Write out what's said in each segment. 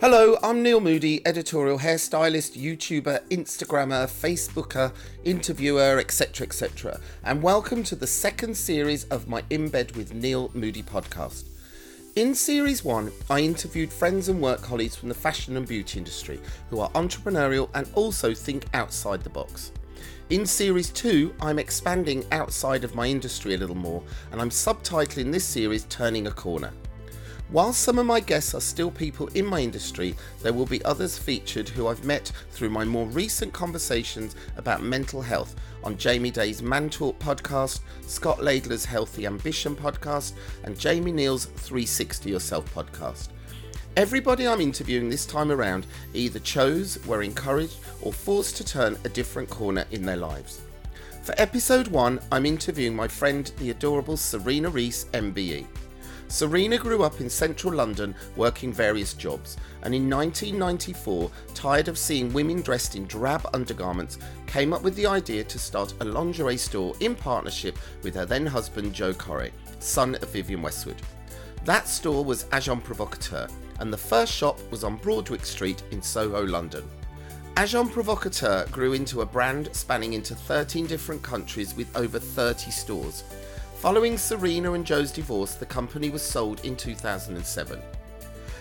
Hello, I'm Neil Moody, editorial hairstylist, YouTuber, Instagrammer, Facebooker, interviewer, etc., etc., and welcome to the second series of my In Bed with Neil Moody podcast. In series one, I interviewed friends and work colleagues from the fashion and beauty industry who are entrepreneurial and also think outside the box. In series two, I'm expanding outside of my industry a little more, and I'm subtitling this series Turning a Corner. While some of my guests are still people in my industry, there will be others featured who I've met through my more recent conversations about mental health on Jamie Day's Man Talk podcast, Scott Laidler's Healthy Ambition podcast, and Jamie Neal's 360 Yourself podcast. Everybody I'm interviewing this time around either chose, were encouraged, or forced to turn a different corner in their lives. For episode one, I'm interviewing my friend, the adorable Serena Reese, MBE. Serena grew up in central London working various jobs, and in 1994, tired of seeing women dressed in drab undergarments, came up with the idea to start a lingerie store in partnership with her then husband Joe Corry, son of Vivian Westwood. That store was Agent Provocateur, and the first shop was on Broadwick Street in Soho, London. Agent Provocateur grew into a brand spanning into 13 different countries with over 30 stores. Following Serena and Joe's divorce, the company was sold in 2007.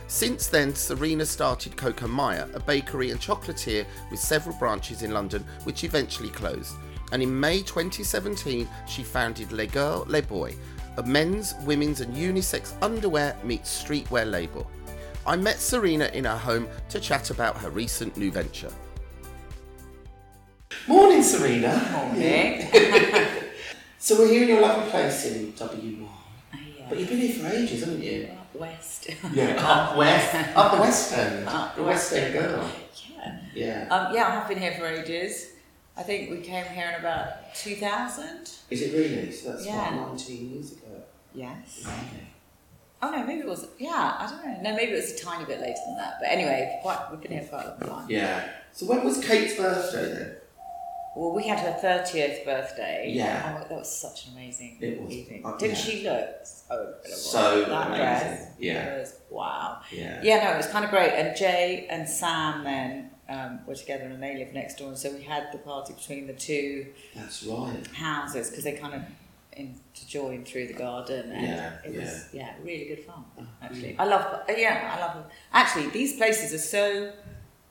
Since then, Serena started Coco Maya, a bakery and chocolatier with several branches in London, which eventually closed. And in May 2017, she founded Les Girls, Les Boys, a men's, women's, and unisex underwear meets streetwear label. I met Serena in her home to chat about her recent new venture. Morning, Serena. Morning. So we're here in your lovely place in W1. But yeah. you've been here for ages, haven't you? Up west. Yeah, up west, up the west end, Up the west end girl. yeah. Yeah. Um, yeah, I have been here for ages. I think we came here in about 2000. Is it really? So that's Yeah. what 19 years ago. Yes. Oh no, maybe it was. Yeah, I don't know. No, maybe it was a tiny bit later than that. But anyway, quite, we've been here for quite a long time. Yeah. So when was Kate's birthday then? Well, we had her 30th birthday. Yeah. Oh, that was such an amazing It was. evening. Oh, Didn't yeah. she look so incredible? So that amazing. Dress Yeah. was- wow. Yeah. Yeah, no, it was kind of great. And Jay and Sam then um, were together and they lived next door. And so we had the party between the two That's right. houses because they kind of interjoined through the garden. And Yeah, Mm. it was, yeah. really good fun, actually. I love, uh, yeah, I love them. Actually, these places are so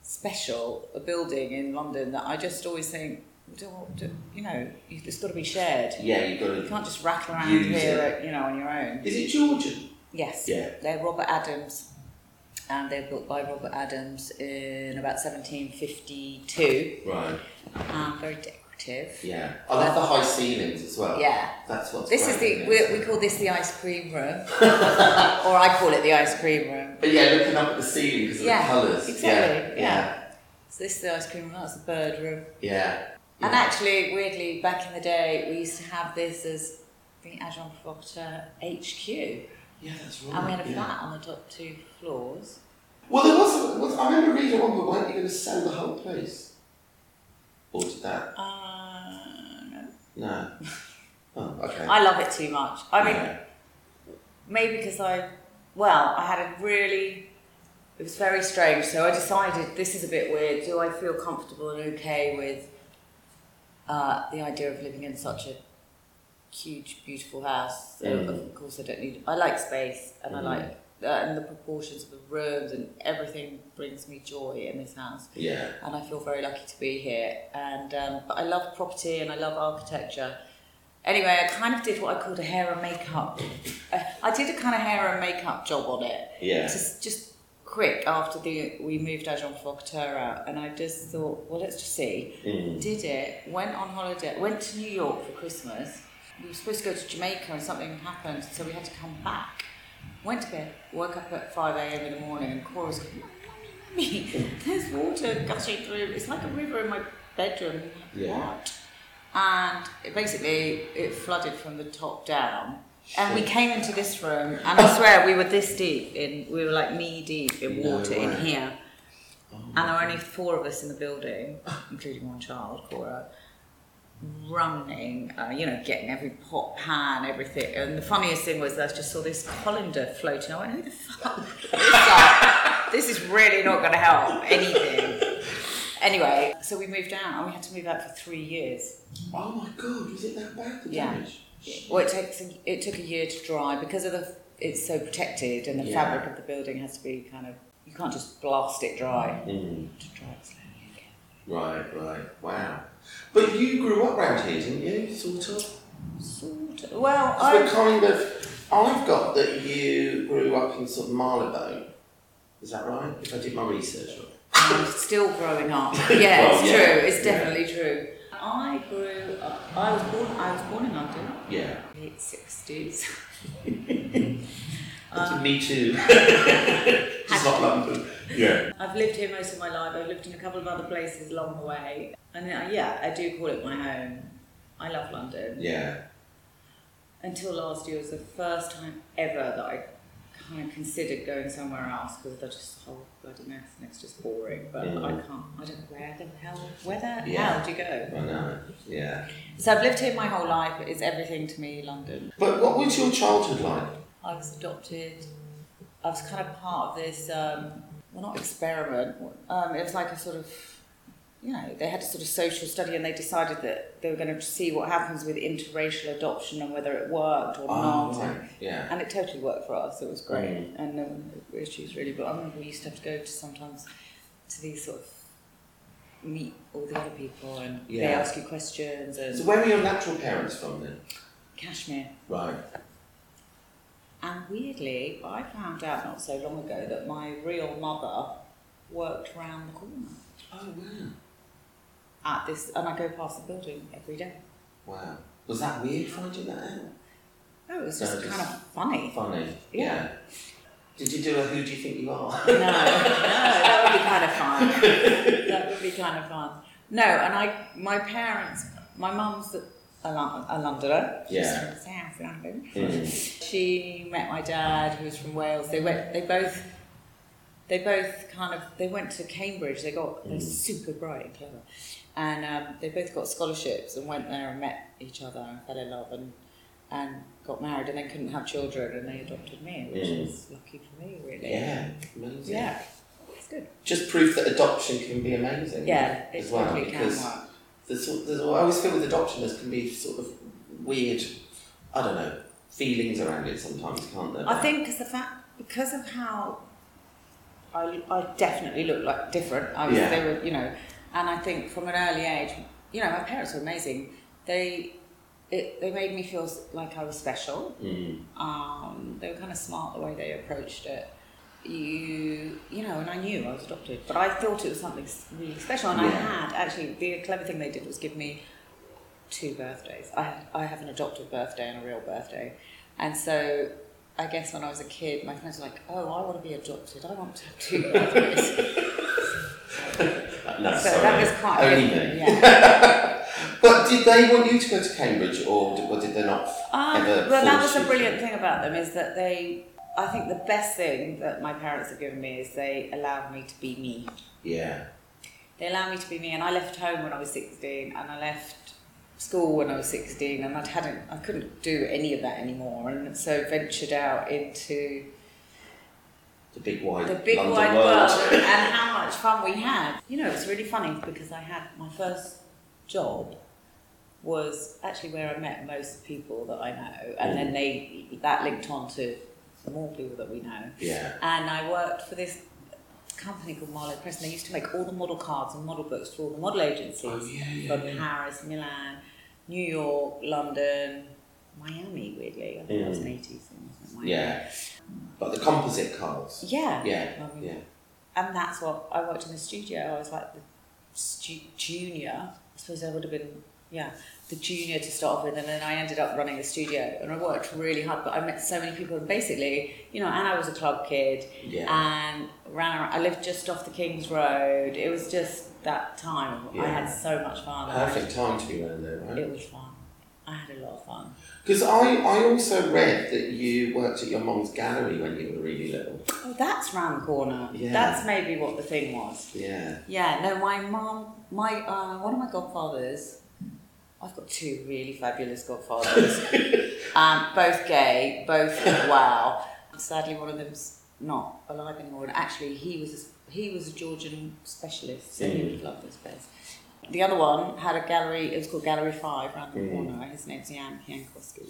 special, a building in London, that I just always think, do, do, you know, you- it's got to be shared. Yeah, you You got can't just rattle around Use here, you know, on your own. to. Is it Georgian? Yes. Yeah. They're Robert Adams, and they're built by Robert Adams in about 1752. Right. Ah. Um, very decorative. Yeah. I love the Oh, high ceilings as well. Yeah. That's what's This is great, the isn't it? we, we call this the ice cream room, or I call it the ice cream room. But yeah, looking up at the ceiling because of Yeah, the colours. exactly, Yeah. So this is the ice cream room. That's the bird room. Yeah. yeah. And actually, weirdly, back in the day, we used to have this as the Agent Provocateur HQ, Yeah, that's right. and we had a Oh, yeah. flat on the top two floors. Well, there was, was. I remember reading one, but weren't you going to sell the whole place? Or did that? Uh, no. No. Oh, okay. I love it too much. I mean, Yeah. maybe because I, well, I had a really, it was very strange. So I decided this is a bit weird. Do I feel comfortable and okay with uh, the idea of living in such a huge, beautiful house? So Mm. Of course, I don't need. I like space, and I Mm. like uh, and the proportions of the rooms and everything brings me joy in this house yeah. and I feel very lucky to be here. And um, but I love property and I love architecture. Anyway, I kind of did what I called a hair and makeup. I- I did a kind of hair and makeup job on it. Yeah. Just, just quick after the we moved Agent Provocateur out, and I just thought, well, let's just see. Mm. Did it? Went on holiday. Went to New York for Christmas. We were supposed to go to Jamaica, and something happened, so we had to come back. Went to bed. Woke up at five a.m. in the morning, and Cora's going, "Mummy, mummy, mummy, there's water gushing through. It's like a river in my bedroom." I'm like, Yeah. What? And it basically, it flooded from the top down. And we came into this room, and I swear we were this deep in, we were like knee deep in No water in way. here. Oh And there were only four of us in the building, including one child, Cora. running, uh, you know, getting every pot, pan, everything. And the funniest thing was I just saw this colander floating. I went, who the fuck is that? This is really not going to help anything. Anyway, so we moved out and we had to move out for three years. Oh my god, is it that bad? The Yeah. damage? Well, it takes a, it took a year to dry because of the it's so protected and the Yeah. fabric of the building has to be kind of you can't just blast it dry. Mm. To dry it slowly again. Right, right. Wow. But you grew up round here, didn't you? Sort of. Sort of. Well, So I kind of, I've got that you grew up in sort of Marylebone. Is that right? If I did my research right. I'm still growing up. Yeah, Well, it's yeah, true. It's yeah. definitely true. I grew up. I was born. I was born in London. Yeah. Late sixties. Uh, me too. It's not London. Yeah. I've lived here most of my life. I've lived in a couple of other places along the way, and uh, yeah, I do call it my home. I love London. Yeah. until last year was the first time ever that I kind of considered going somewhere else because that's just the whole bloody mess and it's just boring. But Mm. I can't. I don't know where the hell, where the Yeah. hell do you go? I know. Yeah. So I've lived here my whole life. It's everything to me, London. But what was your childhood like? I was adopted. I was kind of part of this. Um, well, not experiment. Um, it was like a sort of. You know, they had a sort of social study and they decided that they were going to see what happens with interracial adoption and whether it worked or not. Oh, right. Mm. Yeah. And it totally worked for us. It was great, and no one had issues really. But I remember we used to have to go to sometimes to these sort of meet all the other people, and they Yeah. ask you questions. And So where were your natural parents from then? Kashmir. Right. And weirdly, I found out not so long ago that my real mother worked round the corner Oh wow. at this, and I go past the building every day. Wow. Was that weird finding that out? Oh, it was No, just just- kind of funny. Funny. Yeah. Did you do a who do you think you are? No, no, that would be kind of fun. That would be kind of fun. No, and I, my parents, my mum's a, Lon- a Londoner. She's Yeah. from South London. Mm. She met my dad, who's from Wales. They went. They both. They both kind of. They went to Cambridge. They got. Mm. They're super bright and clever, and um, they both got scholarships and went there and met each other and fell in love and and got married and then couldn't have children and they adopted me, which Mm. is lucky for me, really. Yeah. Amazing. Yeah, it's good. just proof that adoption can be amazing. Yeah, it as well totally can because work. there's, sort- there's, I always feel with adoption there can be sort of weird, I don't know, feelings around it sometimes, can't there? I think because the fact because of how I, I definitely looked like different. I was, Yeah. they were you know, and I think from an early age, you know, my parents were amazing. They it, they made me feel s- like I was special. Mm. Um, they were kind of smart the way they approached it. You, you know, and I knew I was adopted, but I thought it was something s- really special. And I Yeah. had actually the clever thing they did was give me two birthdays. I I have an adopted birthday and a real birthday, and so I guess when I was a kid, my friends were like, "Oh, I want to be adopted. I want to have two birthdays." No, so sorry. that was quite Only good. me. Yeah. But did they want you to go to Cambridge, or did, or did they not Um, ever? well, that force was the you brilliant to? thing about them is that they. I think the best thing that my parents have given me is they allowed me to be me. Yeah. they allowed me to be me and I left home when I was 16 and I left school when I was 16 and I'd hadn't I couldn't do any of that anymore and so ventured out into The big wide. the big London wide world and how much fun we had you know it's really funny because I had my first job was actually where I met most people that I know and then they that linked on to more people that we know Yeah. and I worked for this company called Marlowe Press, and they used to make all the model cards and model books for all the model agencies Oh, yeah, yeah, from yeah. Paris, Milan, New York, London, Miami. Weirdly, I think that was an eighties thing, wasn't it? Miami. Hmm. Yeah. But the composite cars. yeah, Yeah. Um, Yeah. And that's what I worked in the studio. I was like the stu- junior. I suppose I would have been yeah the junior to start off with, and then I ended up running the studio, and I worked really hard. But I met so many people, and basically, you know, and I was a club kid Yeah. and ran around. I lived just off the King's Road. It was just that time. I Yeah. had so much fun. Perfect time to be around there, right? It was fun. I had a lot of fun. Because I, I also read that you worked at your mum's gallery when you were really little. Oh, that's round the corner. Yeah. That's maybe what the thing was. Yeah. Yeah, no, my mom, my uh, one of my godfathers I've got two really fabulous godfathers, um, both gay, both wow. Sadly, one of them's not alive anymore. And actually, he was a, he was a Georgian specialist, so he would love this place. The other one had a gallery. It was called Gallery Five round the corner. His name's Jan Piankowski.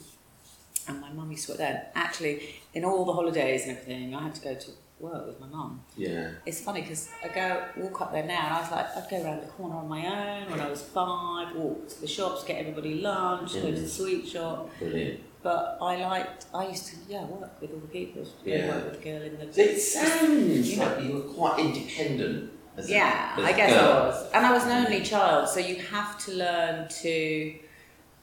And my mum used to work there. Actually, in all the holidays and everything, I had to go to work with my mum. Yeah. It's funny because I go walk up there now, and I was like, I'd go around the corner on my own when I was five, walk to the shops, get everybody lunch, go to Mm. the sweet shop. Brilliant. But I liked, I used to, yeah, work with all the people. Yeah. Work with the girl in the. It sounds like you were quite independent as a Yeah, as I a guess I girl. was. And I was an only child, so you have to learn to,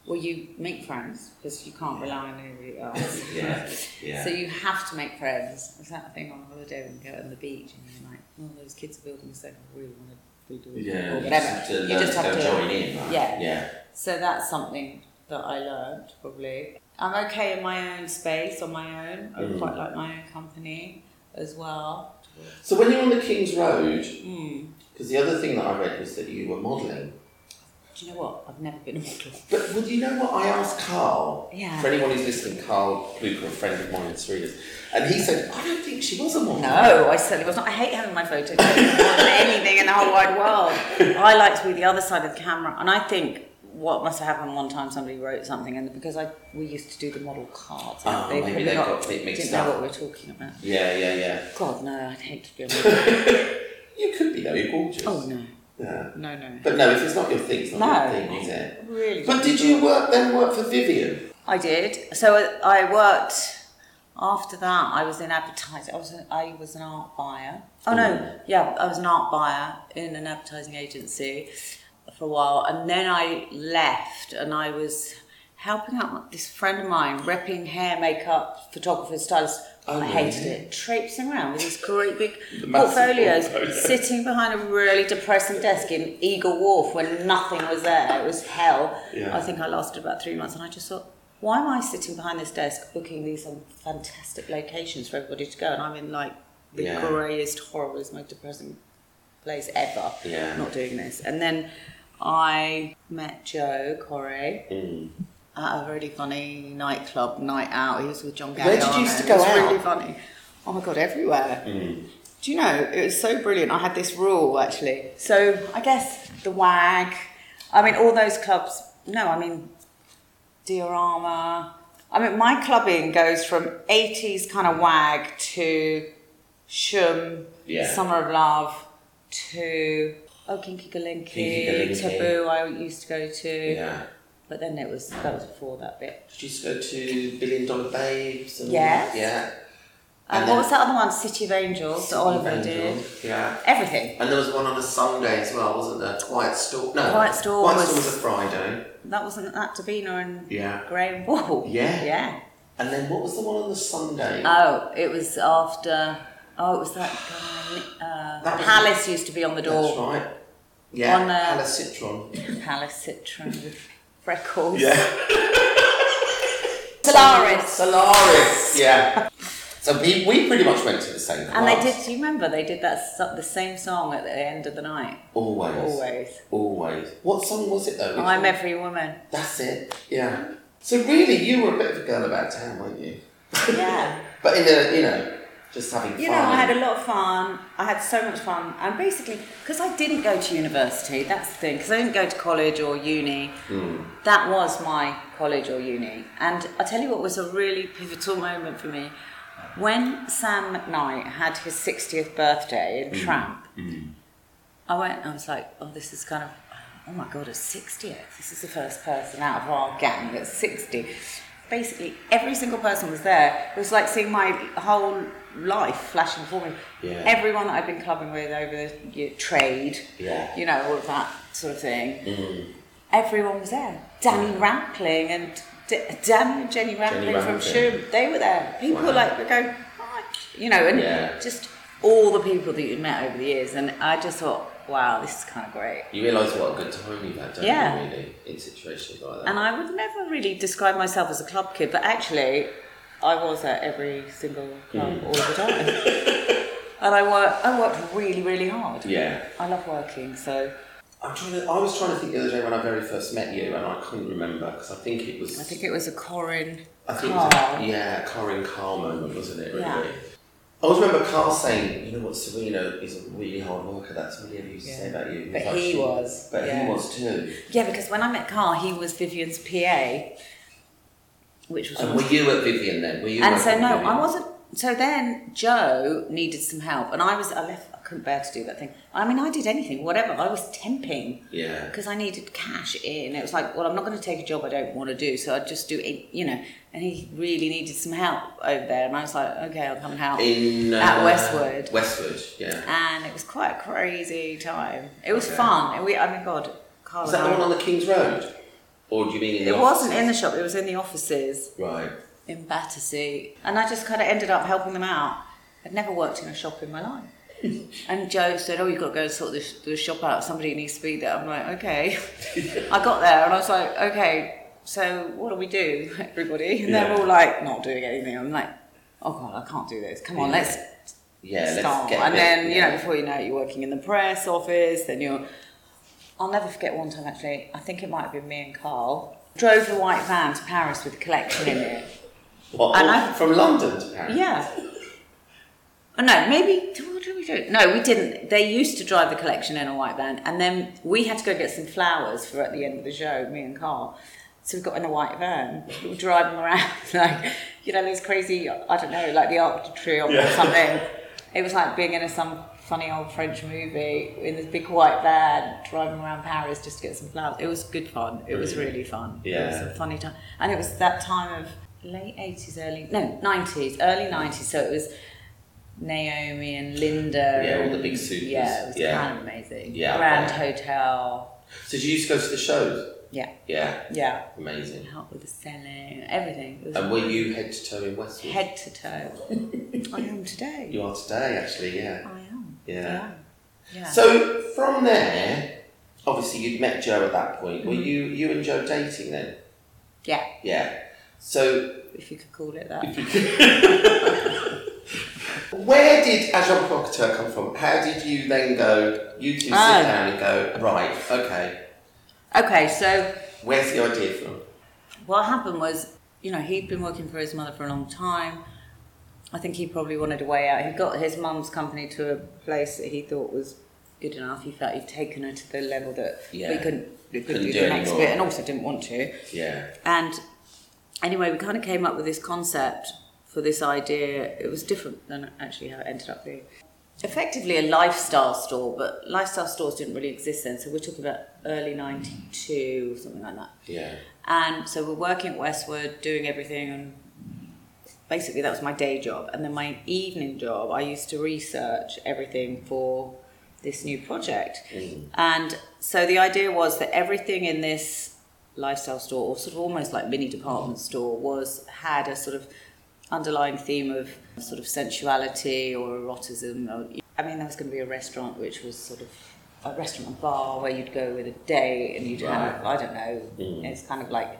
well, you make friends because you can't rely on anybody else. Yeah, yeah. So you have to make friends. It's that thing on holiday when you go on the beach and you're like, oh, those kids are building this thing, I really want to be doing yeah, it," or you whatever. just have to learn to go join in. Right? Yeah. Yeah. So that's something that I learned probably. I'm okay in my own space on my own. I Mm. quite like my own company as well. So when you're on the King's Road, Hmm. because the other thing that I read was that you were modelling. Do you know what? I've never been a model. But would you know what I asked Carl? Yeah. For anyone who's listening, Carl Blucher, a friend of mine in Sweden, and he said, I don't think she was a model. No, I certainly was not. I hate having my photo taken more than anything in the whole wide world. I like to be the other side of the camera, and I think what must have happened one time somebody wrote something, and because I we used to do the model cards, Ah, they maybe probably they got- got it mixed didn't know up. what we were talking about. Yeah, yeah, yeah. God no, I'd hate to be a model. You could be though. You're gorgeous. oh no, Yeah. no, no, But no, if it's not your thing, it's not No. your thing, is it? really. But did you work then work for Vivian? I did. So uh, I worked. After that, I was in advertising. I was a, I was an art buyer. Oh Mm-hmm. no, yeah, I was an art buyer in an advertising agency for a while, and then I left, and I was helping out this friend of mine, repping hair, makeup, photographer, stylist. Oh, I hated really? it. Traipsing around with these great big massive portfolios, portfolio. sitting behind a really depressing desk in Eagle Wharf when nothing was there. It was hell. Yeah. I think I lasted about three months, and I just thought, why am I sitting behind this desk booking these um, fantastic locations for everybody to go, and I'm in like the Yeah. greyest, horriblest, most depressing place ever. Yeah. Not doing this. And then I met Joe Corey Mm. at a really funny nightclub night out. He was with John Galliano. Where did you used to go it was out? really funny. Oh my god, everywhere. Mm. Do you know, it was so brilliant. I had this rule actually. So I guess the WAG, I mean, all those clubs, no, I mean, Diorama. I mean, my clubbing goes from 80s kind of WAG to Shum, Yeah. Summer of Love, to Oh Kinky Galinky, Kinky Galinky. Taboo, I used to go to. Yeah. But then it was that was before that bit. Did you just go to Billion Dollar Babes? And all Yes. that? Yeah. And Um, And what then- was that other one? City of Angels that Oliver did. Angel, Yeah. Everything. And there was one on a Sunday as well, wasn't there? Quiet Storm. No. Quiet Storm Quiet was- Storm was a Friday. That wasn't that Davina and Yeah. Graham Wall. Yeah. Yeah. And then what was the one on the Sunday? Oh, it was after. Oh, it was that guy. That Uh, was- Palace used to be on the That's door. right. Yeah. On, uh, Palace Citron. Palace Citron with freckles. Yeah. Solaris. Solaris. Yeah. So we, we pretty much went to the same And they class. did. Do you remember they did that so- the same song at the end of the night? Always. Always. Always. What song was it though? Which I'm one? every woman. That's it. Yeah. So really, you were a bit of a girl about town, weren't you? Yeah. But in a, you know, just having You know, fun. I had a lot of fun. I had so much fun. And basically, because I didn't go to university, that's the thing, because I didn't go to college or uni. That was my college or uni. And i tell you what was a really pivotal moment for me. When Sam McKnight had his 60th birthday in Tramp, Mm. I went and I was like, oh, this is kind of, oh my God, a 60th. This is the first person out of our gang that's 60. Basically, every single person was there. It was like seeing my whole life flashing before me. Yeah. Everyone that I've been clubbing with over the year, trade, Yeah. Mm. you know, all of that sort of thing. Everyone was there. Danny Rampling and D- Danny and Jenny Rampling, from Rampling. Shroom, they were there. People Wow. like were going, "Hi," you know, and Yeah. just all the people that you'd met over the years. And I just thought, wow, this is kind of great. You realise what a good time you've had, don't Yeah. you? Really, in situations like that. And I would never really describe myself as a club kid, but actually, I was at every single club Hmm. all the time. and I worked, I worked really, really hard. yeah. I love working, so I'm trying to, I was trying to think the other day when I very first met you, and I couldn't remember because I think it was. I think it was a Corin I think it was car. a, yeah, Corin Carl moment, wasn't it? Really. Yeah. I always remember Carl saying, "You know what, Serena is a really hard worker." That's what he ever used to say about you. was But like, he she- was, But yeah. he was too. Yeah, because when I met Carl, he was Vivian's PA, which was. And were you at Vivian then? Were you? and working so at no, Vivian? I wasn't. So then Joe needed some help, and I was. I left. I couldn't bear to do that thing. I mean, I did anything, whatever. I was temping Yeah. because I needed cash in. It was like, well, I'm not going to take a job I don't want to do, so I'd just do it, you know. And he really needed some help over there, and I was like, okay, I'll come and help. In uh, At Westwood. Westwood, yeah. and it was quite a crazy time. It was Okay. fun. And we, I mean, God, Carl. Was that the and I- one on the King's Road, or do you mean in the Uh-huh. it wasn't in the offices? shop. It was in the offices. right. in Battersea, and I just kind of ended up helping them out. I'd never worked in a shop in my life. And Joe said, "Oh, you've got to go and sort this, the shop out. Somebody needs to be there." I'm like, "Okay." I got there and I was like, "Okay, so what do we do, everybody?" And Yeah. they're all like, "Not doing anything." I'm like, "Oh God, I can't do this. Come on, Yeah. let's Yeah, start." let's get. a and bit- then you know, yeah. before you know it, you're working in the press office. Then you're. I'll never forget one time actually. I think it might have been me and Carl drove the white van to Paris with a collection in it. What, and I- from London to Paris. Yeah. Oh, no, maybe. What did we do? No, we didn't. They used to drive the collection in a white van, and then we had to go get some flowers for at the end of the show, me and Carl. So we got in a white van, we were driving around, like, you know, those crazy, I don't know, like the Arc de Triomphe or Yeah. something. It was like being in a, some funny old French movie in this big white van, driving around Paris just to get some flowers. It was good fun. It was really fun. It was Yeah. a funny time. And it was that time of late 80s, early, no, 90s, early 90s. So it was Naomi and Linda. Yeah, all the and- big supers. Yeah, it was Yeah. kind of amazing. Yeah, Grand yeah. Hotel. So did you used to go to the shows? Yeah, Yeah, Um, yeah. amazing. Help with the selling, everything. It was And were you head to toe in Westwood? head to toe? I am today. You are today, actually, yeah. I am. Yeah. Yeah. Yeah. So from there, obviously you'd met Joe at that point. Mm-hmm. Were you you and Joe dating then? yeah, Yeah. So if you could call it that. where did Agent Proctor come from? How did you then go? You two sit Oh. down and go right. Okay. Okay, so Where's the idea from? what happened was, you know, he'd been working for his mother for a long time. I think he probably wanted a way out. He got his mum's company to a place that he thought was good enough. He felt he'd taken her to the level that Yeah. we couldn't, we couldn't Couldn't do do the next anymore. bit, and also didn't want to. Yeah. And anyway, we kind of came up with this concept for this idea. It was different than actually how it ended up being. Effectively, a lifestyle store, but lifestyle stores didn't really exist then, so we're talking about early 92 or something like that. Yeah. And so we're working at Westwood, doing everything, and basically that was my day job. And then my evening job, I used to research everything for this new project. And so the idea was that everything in this lifestyle store, or sort of almost like mini department store, was had a sort of underlying theme of sort of sensuality or eroticism. Or, I mean, there was going to be a restaurant which was sort of a restaurant and bar where you'd go with a date and you'd have, I don't know, it's kind of like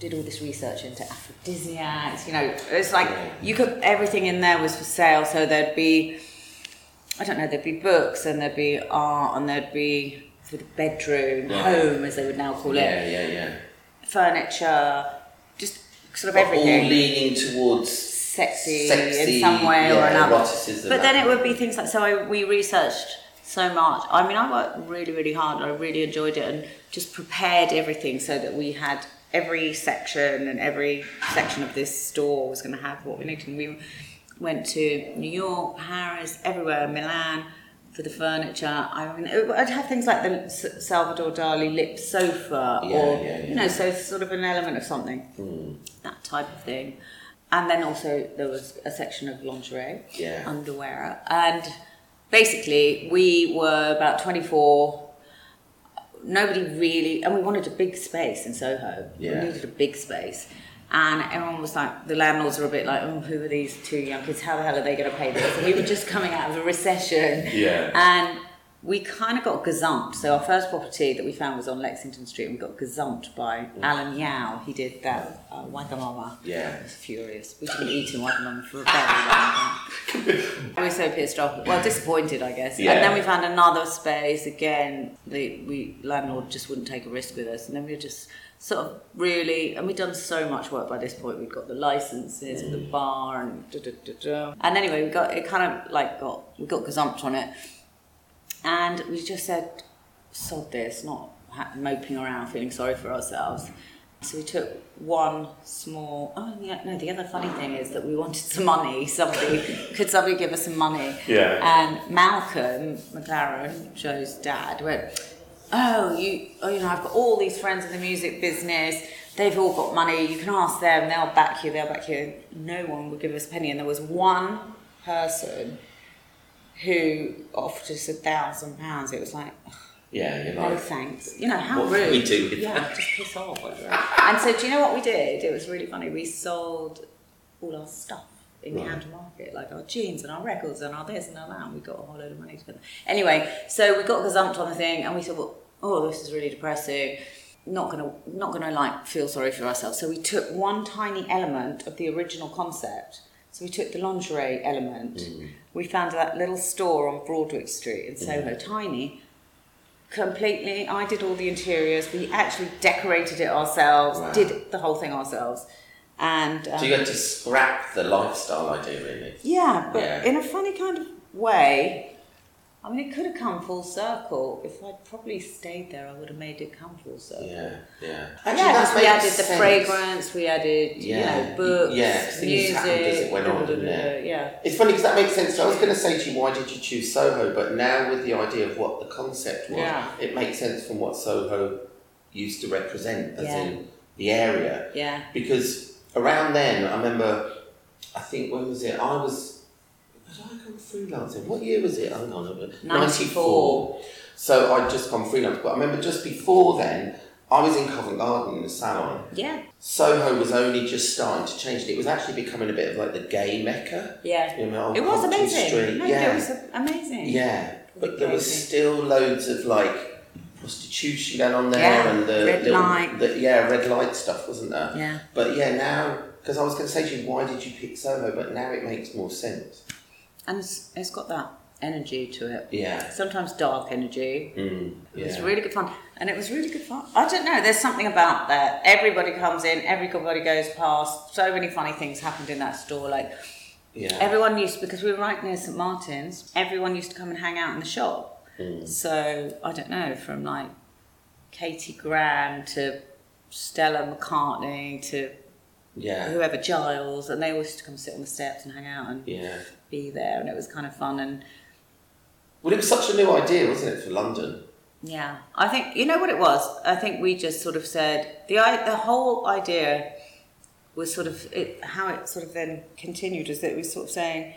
did all this research into aphrodisiacs, you know, it's like you could, everything in there was for sale, so there'd be, I don't know, there'd be books and there'd be art and there'd be for the bedroom, Right. home as they would now call it, Yeah. Yeah. Yeah. furniture, just sort of But everything All leaning towards sexy, Sexy, in some way or yeah, another. eroticism. But then it would be things like so. I, we researched so much. I mean, I worked really, really hard. I really enjoyed it and just prepared everything so that we had every section and every section of this store was going to have what we needed. And we went to New York, Paris, everywhere, Milan. For the furniture, I mean, it- I'd have things like the S- Salvador Dali lip sofa, Yeah, or yeah, yeah. you know, so sort of an element of something that type of thing. And then also there was a section of lingerie, Yeah. underwear, and basically we were about twenty four. Nobody really, and we wanted a big space in Soho. Yeah. We needed a big space, and everyone was like, the landlords were a bit like, oh, who are these two young kids? How the hell are they going to pay this? And we were just coming out of a recession. Yeah. And we kind of got gazumped. So our first property that we found was on Lexington Street, and we got gazumped by Alan Yao. He did that uh, Wagamama. Mm. Yeah. I was furious. We didn't eat in Wagamama for a very long time. We were so pissed off. Well, disappointed, I guess. Yeah. And then we found another space again. The we landlord just wouldn't take a risk with us, and then we were just sort of really. And we'd done so much work by this point. We'd got the licenses, the bar, and da da da da. And anyway, we got it. Kind of like got we got gazumped on it, and we just said, "Sod this!" Not ha- moping around, feeling sorry for ourselves. So we took one small. Oh yeah, no. The other funny thing is that we wanted some money. Somebody could somebody give us some money? Yeah. And Malcolm McLaren, Joe's dad, went. Oh, you. Oh, you know, I've got all these friends in the music business. They've all got money. You can ask them. They'll back you. They'll back you. No one would give us a penny. And there was one person who offered us a thousand pounds. It was like, Yeah, you're no like, thanks. You know, how What rude. can we do with yeah, just piss off. and so, do you know what we did? It was really funny. We sold all our stuff in Right. Camden Market, like our jeans and our records and our this and our that, and we got a whole load of money together. Anyway, so we got gazumped on the thing and we thought, well, oh, this is really depressing. Not gonna, not gonna like feel sorry for ourselves. So we took one tiny element of the original concept. So we took the lingerie element. Mm. We found that little store on Broadwick Street in Soho, tiny, completely. I did all the interiors. We actually decorated it ourselves, Wow. did the whole thing ourselves. And um, so you had to scrap the lifestyle idea, really. yeah, but Yeah. in a funny kind of way, I mean, it could have come full circle. If I'd probably stayed there, I would have made it come full circle. Yeah, yeah. yeah, that because we makes added the sense. fragrance, we added, you Yeah. know, books, Yeah, 'cause things music. happened as it went on, da, da, da, yeah. da, yeah. It's funny because that makes sense. So I was going to say to you, why did you choose Soho? But now with the idea of what the concept was, Yeah. it makes sense from what Soho used to represent, as Yeah. in the area. Yeah. Because around then, I remember, I think, when was it? I was, had I gone freelancing? What year was it? Hang on. a minute. 94. So I'd just gone freelance. But I remember just before then, I was in Covent Garden in the salon. Yeah. Soho was only just starting to change. It was actually becoming a bit of like the gay mecca. Yeah. You know, on It was Compton amazing. Street. No, yeah, it was amazing. yeah. But there was Crazy. still loads of like prostitution going on there, Yeah, and the red little- light. the- yeah, red light stuff, wasn't there? Yeah. But yeah, now because I was going to say to you, why did you pick Soho? But now it makes more sense. And it's, it's got that energy to it. Yeah. Sometimes dark energy, Mm, yeah. It was really good fun. And it was really good fun. I don't know, there's something about that. Everybody comes in, everybody goes past. So many funny things happened in that store. Like, yeah. everyone used, because we were right near St. Martin's, everyone used to come and hang out in the shop. Mm. So, I don't know, from like Katie Graham to Stella McCartney to yeah. whoever, Giles, and they all used to come sit on the steps and hang out and Yeah. be there. And it was kind of fun. And Well, it was such a new idea, wasn't it, for London? Yeah, I think you know what it was. I think we just sort of said the i- the whole idea was sort of it, how it sort of then continued is that it was sort of saying,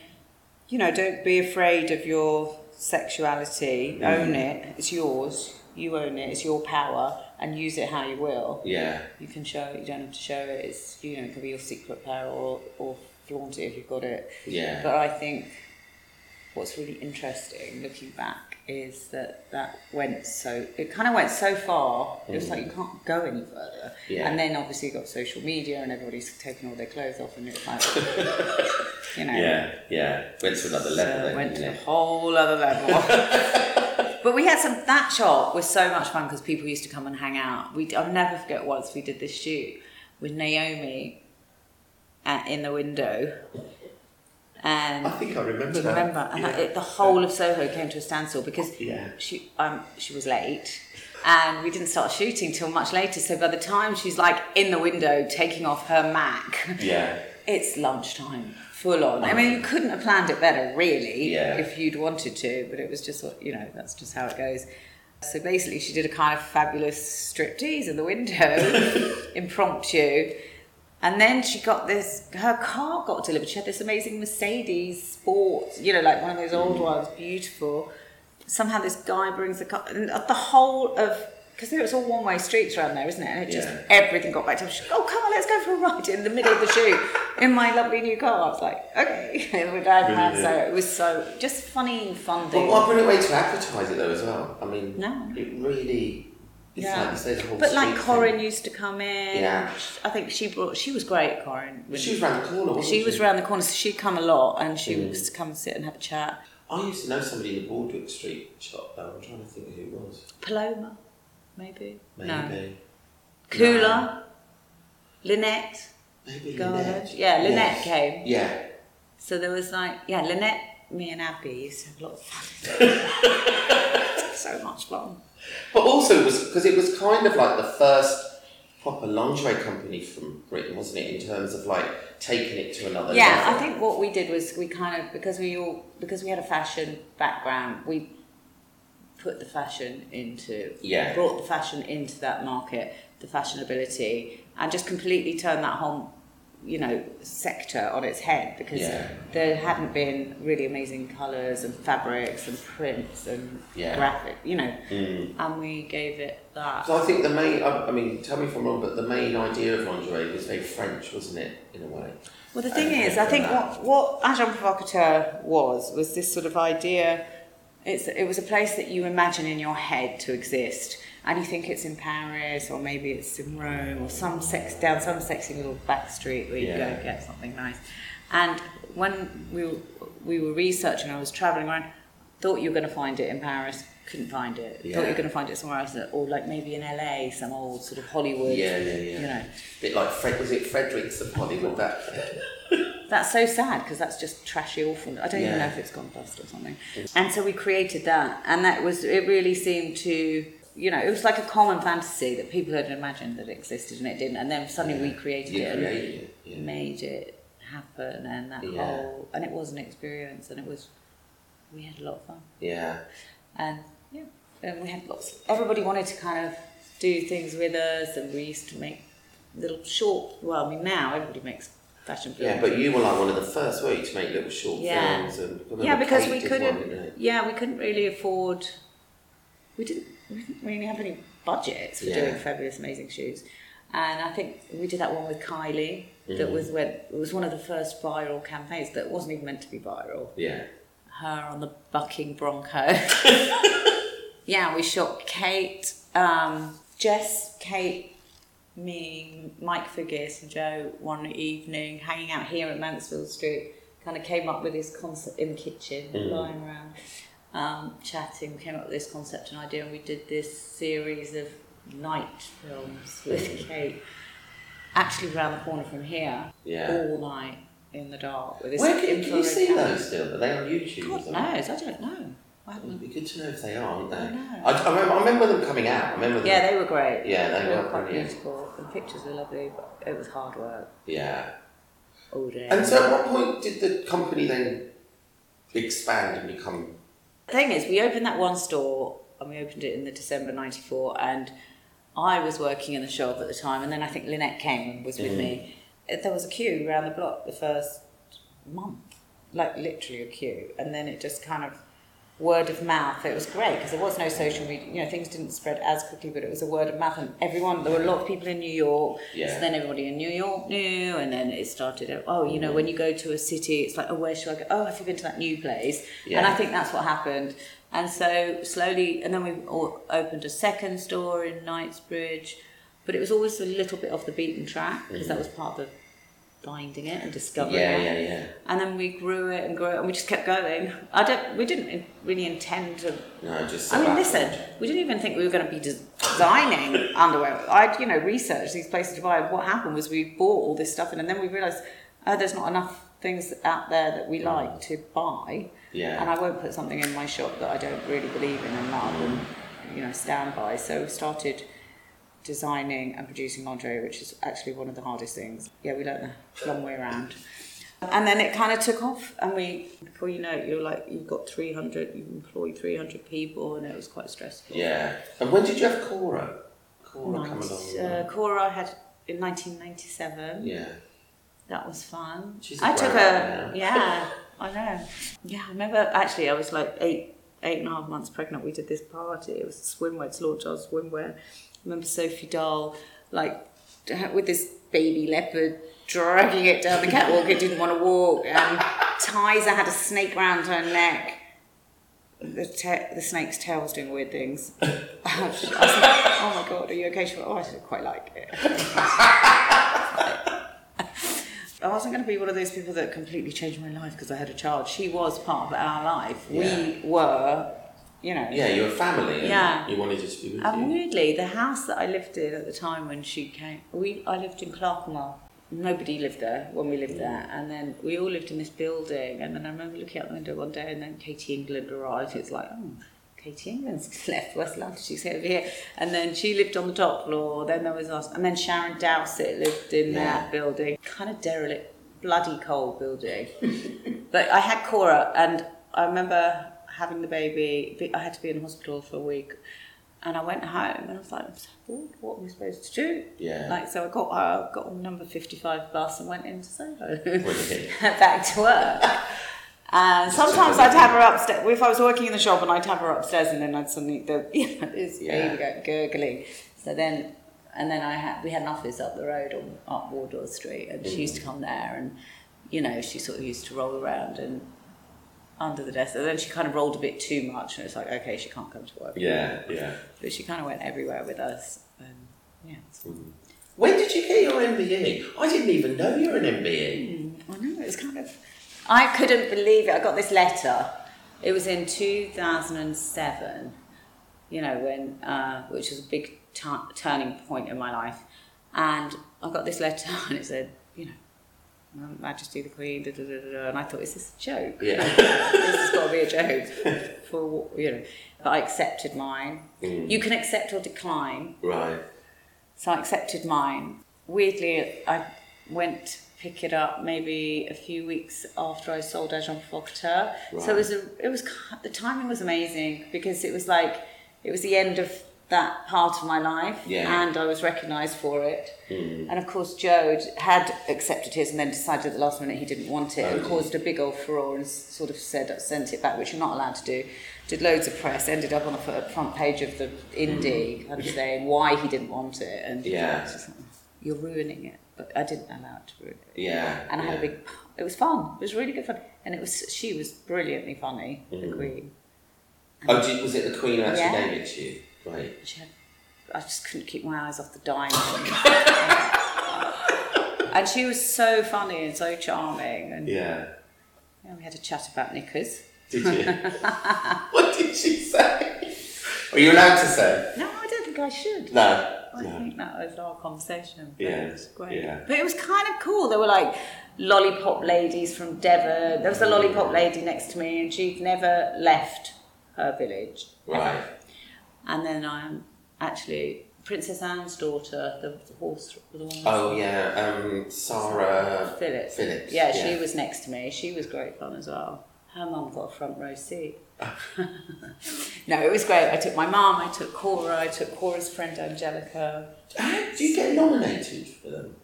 you know, don't be afraid of your sexuality. Own it. It's yours. You own it. It's your power, and use it how you will. Yeah. You can show it. You don't have to show it. It's you know it could be your secret power or or flaunt it if you've got it. Yeah. But I think what's really interesting looking back is that that went so, it kind of went so far, it was like you can't go any further. Mm. Yeah. And then obviously you got social media and everybody's taking all their clothes off and it's like, you know. Yeah, yeah. Went to another level so then. went to didn't a it? whole other level. but we had some, that shop was so much fun because people used to come and hang out. We, I'll never forget once we did this shoot with Naomi at, in the window. And I think I remember do you that. remember? And yeah. I, it, the whole of Soho came to a standstill because Yeah. she um, she was late, and we didn't start shooting till much later. So by the time she's like in the window taking off her Mac, yeah. it's lunchtime, full on. I mean, you couldn't have planned it better, really, Yeah. if you'd wanted to. But it was just what you know. That's just how it goes. So basically, she did a kind of fabulous striptease in the window, impromptu. And then she got this, her car got delivered. She had this amazing Mercedes Sports, you know, like one of those Mm. old ones, beautiful. Somehow this guy brings the car, and the whole of, because it was all one way streets around there, isn't it? And it just, Yeah. everything got back to her. She oh, come on, let's go for a ride in the middle of the shoot in my lovely new car. I was like, okay. With that man, so it was so, just funny, fun But thing. what a brilliant way to advertise it though as well. I mean, No. it really It's Yeah. like you say, the whole But like street Corin thing. used to come in. Yeah. I think she brought. She was great, Corin. But she was round the corner, wasn't she? She was round the corner, so she'd come a lot, and she Mm. would just come and sit and have a chat. I used to know somebody in the Baldwick Street shop, though. I'm trying to think who it was. Paloma, maybe. Maybe. No. Kula. Lynette. Maybe Garland. Lynette. Yeah, Lynette came. Yeah. So there was like, yeah, Lynette, me, and Abby used to have a lot of fun. so much fun. But also, it was because it was kind of like the first proper lingerie company from Britain, wasn't it? In terms of like taking it to another yeah, level. I think what we did was we kind of because we all because we had a fashion background, we put the fashion into Yeah. brought the fashion into that market, the fashionability, and just completely turned that whole you know sector on its head because Yeah. there hadn't been really amazing colours and fabrics and prints and Yeah. Mm. graphic, you know, and we gave it that. So I think the main, I I mean, tell me if I'm wrong, but the main idea of lingerie was very French, wasn't it, in a way? Well, the thing Okay, is, I for think that. what, what Agent Provocateur was, was this sort of idea. It's, it was a place that you imagine in your head to exist. And you think it's in Paris, or maybe it's in Rome, or some sex down some sexy little back street where you go Yeah. and get something nice. And when we were, we were researching, I was traveling around. Thought you were going to find it in Paris, couldn't find it. Thought you Yeah. were going to find it somewhere else, or like maybe in LA, some old sort of Hollywood. Yeah, yeah, yeah. You know, bit like Fred, was it Fredericks of Hollywood? That That's so sad because that's just trashy orphan. I don't even Yeah. know if it's gone bust or something. And so we created that, and that was it. Really seemed to you know it was like a common fantasy that people had imagined that existed and it didn't, and then suddenly we created you it created it. Yeah. and made it happen, and that Yeah. whole and it was an experience, and it was we had a lot of fun, yeah. and yeah, and we had lots. Everybody wanted to kind of do things with us, and we used to make little short. Well, I mean now everybody makes fashion films. Yeah, but you were like one of the first, were you, to make little short Yeah. films? and I yeah remember because Kate we did couldn't One, didn't yeah we couldn't really afford we didn't, we didn't really have any budgets for Yeah. doing fabulous amazing shoes and i think we did that one with kylie that was when it was one of the first viral campaigns that wasn't even meant to be viral it? Yeah. her on the bucking bronco yeah we shot kate um, jess kate me, Mike Figgis and Joe one evening hanging out here at Mansfield Street, kind of came up with this concept in the kitchen, Mm. lying around, um, chatting, came up with this concept and idea, and we did this series of night films with Kate, actually round the corner from here, Yeah. all night in the dark. With this Where can, can you infrared see camera. those still? Are they on YouTube? or God something? knows, I don't know. I It'd haven't- be good to know if they are, aren't they? I know. I, I remember, I remember them coming out. I remember them. Yeah, they were great. Yeah, they were quite brilliant. beautiful. The pictures were lovely, but it was hard work Yeah. all day. And so at what point did the company then expand and become. thing is, we opened that one store and we opened it in the December 94 and I was working in the shop at the time and then I think Lynette came and was with Mm. me. Uh, There was a queue around the block the first month, like literally a queue. And then it just kind of word of mouth. It was great because there was no social media, you know, things didn't spread as quickly, but it was a word of mouth and everyone, there were a lot of people in New York. Yeah. So then everybody in New York knew and then it started, oh, you know, when you go to a city, it's like, oh, where should I go? Oh, have you been to that new place? And I Yeah. think that's what happened. And so slowly, and then we o- opened a second store in Knightsbridge, but it was always a little bit off the beaten track because that was part of finding it and discovering Mm-hmm. Yeah, it. yeah, yeah. And then we grew it and grew it, and we just kept going. I don't. We didn't in- really intend to. No, just. I mean, about- listen. We didn't even think we were going to be des- designing underwear. I, you know, researched these places to buy. What happened was we bought all this stuff, in, and then we realised, oh, there's not enough things out there that we like to buy. Mm. Yeah. And I won't put something in my shop that I don't really believe in and love, and you know, stand by. So we started designing and producing lingerie, which is actually one of the hardest things. Yeah, we learned the long way around. And then it kind of took off, and we, before you know it, you're like, you've got 300, you employ 300 people, and it was quite stressful. Yeah. And when did you have Cora? Cora come Nice. along. Uh, Cora, I had in 1997. yeah. That was fun. She's a I took grown-up a yeah, I know. Yeah, I remember actually I was like eight eight and a half months pregnant. We did this party. It was swimwear. It's Lord Charles swimwear. I remember Sophie Dahl like with this baby leopard dragging it down the Um, catwalk. It didn't want to walk. And Tizer had a snake round her neck. the, ta- the snake's tail was doing weird things. I was like, oh my god, are you okay? She went, oh, I should quite like it. I wasn't going to be one of those people that completely changed my life because I had a child. She was part of our life. Yeah. We were, you know. Yeah, you're a family. And Yeah. You wanted it to be with And you. weirdly, the house that I lived in at the time when she came, we I lived in Clerkenwell. Nobody lived there when we lived there, and then we all lived in this building. And then I remember looking out the window one day, and then Katie England arrived. It's like, oh, Katie England's left West London. She's over here, and then she lived on the top floor. Then there was us, and then Sharon Dowsett lived in Yeah. that building, kind of derelict, bloody cold building. But I had Cora, and I remember having the baby. be- I had to be in hospital for a week, and I went home, and I was like, I'm so bored. What am I supposed to do? Yeah. Like, so I got uh, got on number fifty five bus and went into Soho, Brilliant. back to work. And sometimes I'd have her upstairs. If I was working in the shop, and I'd have her upstairs, and then I'd suddenly the you know, this Yeah. baby go gurgling. So then, and then I had we had an office up the road on up Wardour Street, and she used to come there, and you know she sort of used to roll around and under the desk. And then she kind of rolled a bit too much, and it's like okay, she can't come to work. Yeah, yeah. But she kind of went everywhere with us. And yeah, it's When did you get your MBE? I didn't even know you were an E. MBE. I know, it's kind of. I couldn't believe it. I got this letter. It was in 2007, you know, when, uh, which was a big tu- turning point in my life. And I got this letter and it said, you know, Her Majesty the Queen, da, da, da, da, da. and I thought, is this a joke? Yeah. this has got to be a joke. For, you know, but I accepted mine. You can accept or decline. right. So I accepted mine. Weirdly, I went to pick it up maybe a few weeks after I sold Agent Provocateur. So Right. it was a, it was ki- the timing was amazing because it was like it was the end of that part of my life Yeah. Hmm. and I was recognised for it. And of course, Joe d- had accepted his and then decided at the last minute he didn't want it and Oh. caused a big old furore and s- sort of said sent it back, which you're not allowed to do. Did loads of press, ended up on the fr- front page of the Indie, kind of saying why he didn't want it, and Hmm. Yeah. it's just like, you're ruining it. But I didn't allow it to ruin it. Yeah. And I had a yeah. big. It was fun. It was really good fun, and it was she was brilliantly funny, Hmm. the Queen. Oh, did, was it the Queen who actually Yeah. gave it to you? Right. She had, I just couldn't keep my eyes off the dime. and she was so funny and so charming, and Yeah. yeah, we had a chat about knickers. Did you? what did she say? Were you allowed to say? No, I don't think I should. No. I No. think that was our conversation. But Yeah, It was great. yeah. But it was kind of cool. There were like lollipop ladies from Devon. There was a lollipop lady next to me, and she'd never left her village. Right. And then I'm actually Princess Anne's daughter, the, the horse, the one. Oh yeah. Um, Sarah Phillips. Phillips. Yeah, she was next to me. She was great fun as well. Her mum got a front row seat. no, it was great. I took my mum, I took Cora, I took Cora's friend Angelica. How do you get nominated for them?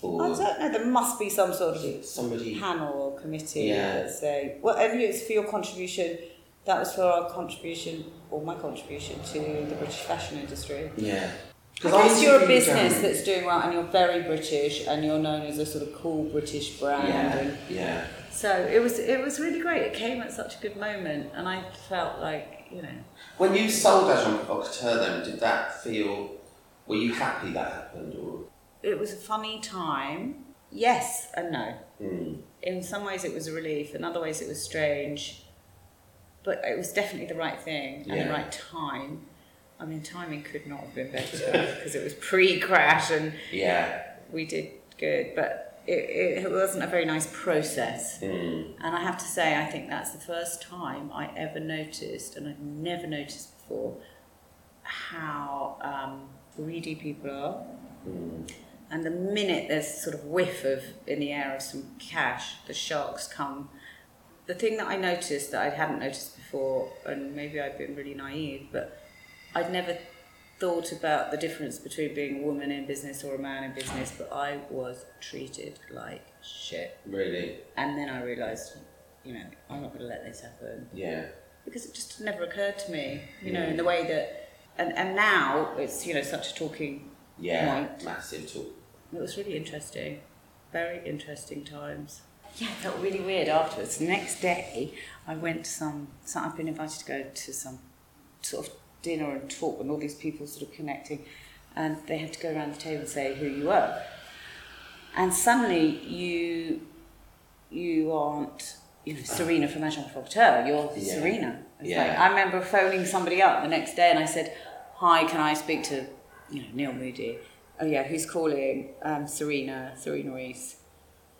I Or don't know, there must be some sort of somebody? panel or committee Yeah. that say, well, and it's for your contribution. That was for our contribution, or my contribution to the British fashion industry. Yeah. I guess you're a business that's doing well and you're very British and you're known as a sort of cool British brand. Yeah. And Yeah. so it was it was really great. It came at such a good moment and I felt like, you know, When you sold Agent Provocateur, then did that feel? Were you happy that happened, or it was a funny time. Yes and no. Hmm. In some ways it was a relief, in other ways it was strange. But it was definitely the right thing and Yeah. the right time. I mean, timing could not have been better because it was pre crash and yeah, we did good, but it, it wasn't a very nice process. Hmm. And I have to say, I think that's the first time I ever noticed, and I've never noticed before, how um, greedy people are. And the minute there's sort of whiff of in the air of some cash, the sharks come. The thing that I noticed that I hadn't noticed before, and maybe I'd been really naive, but I'd never thought about the difference between being a woman in business or a man in business, but I was treated like shit. really, And then I realised, you know, I'm not going to let this happen yeah, because it just never occurred to me, you know, in the way that, and, and now it's, you know, such a talking yeah, Right. massive talk. It was really interesting. Very interesting times. Yeah, it felt really weird afterwards. The next day, I went to some, so I've been invited to go to some sort of dinner and talk, and all these people sort of connecting, and they had to go around the table and say who you were. And suddenly, you you aren't you know, Serena from Agent Provocateur, you're Yeah. Serena. It's Yeah. like, I remember phoning somebody up the next day and I said, Hi, can I speak to you know, Neil Moody? Oh yeah, who's calling? Um, Serena, Serena Reese.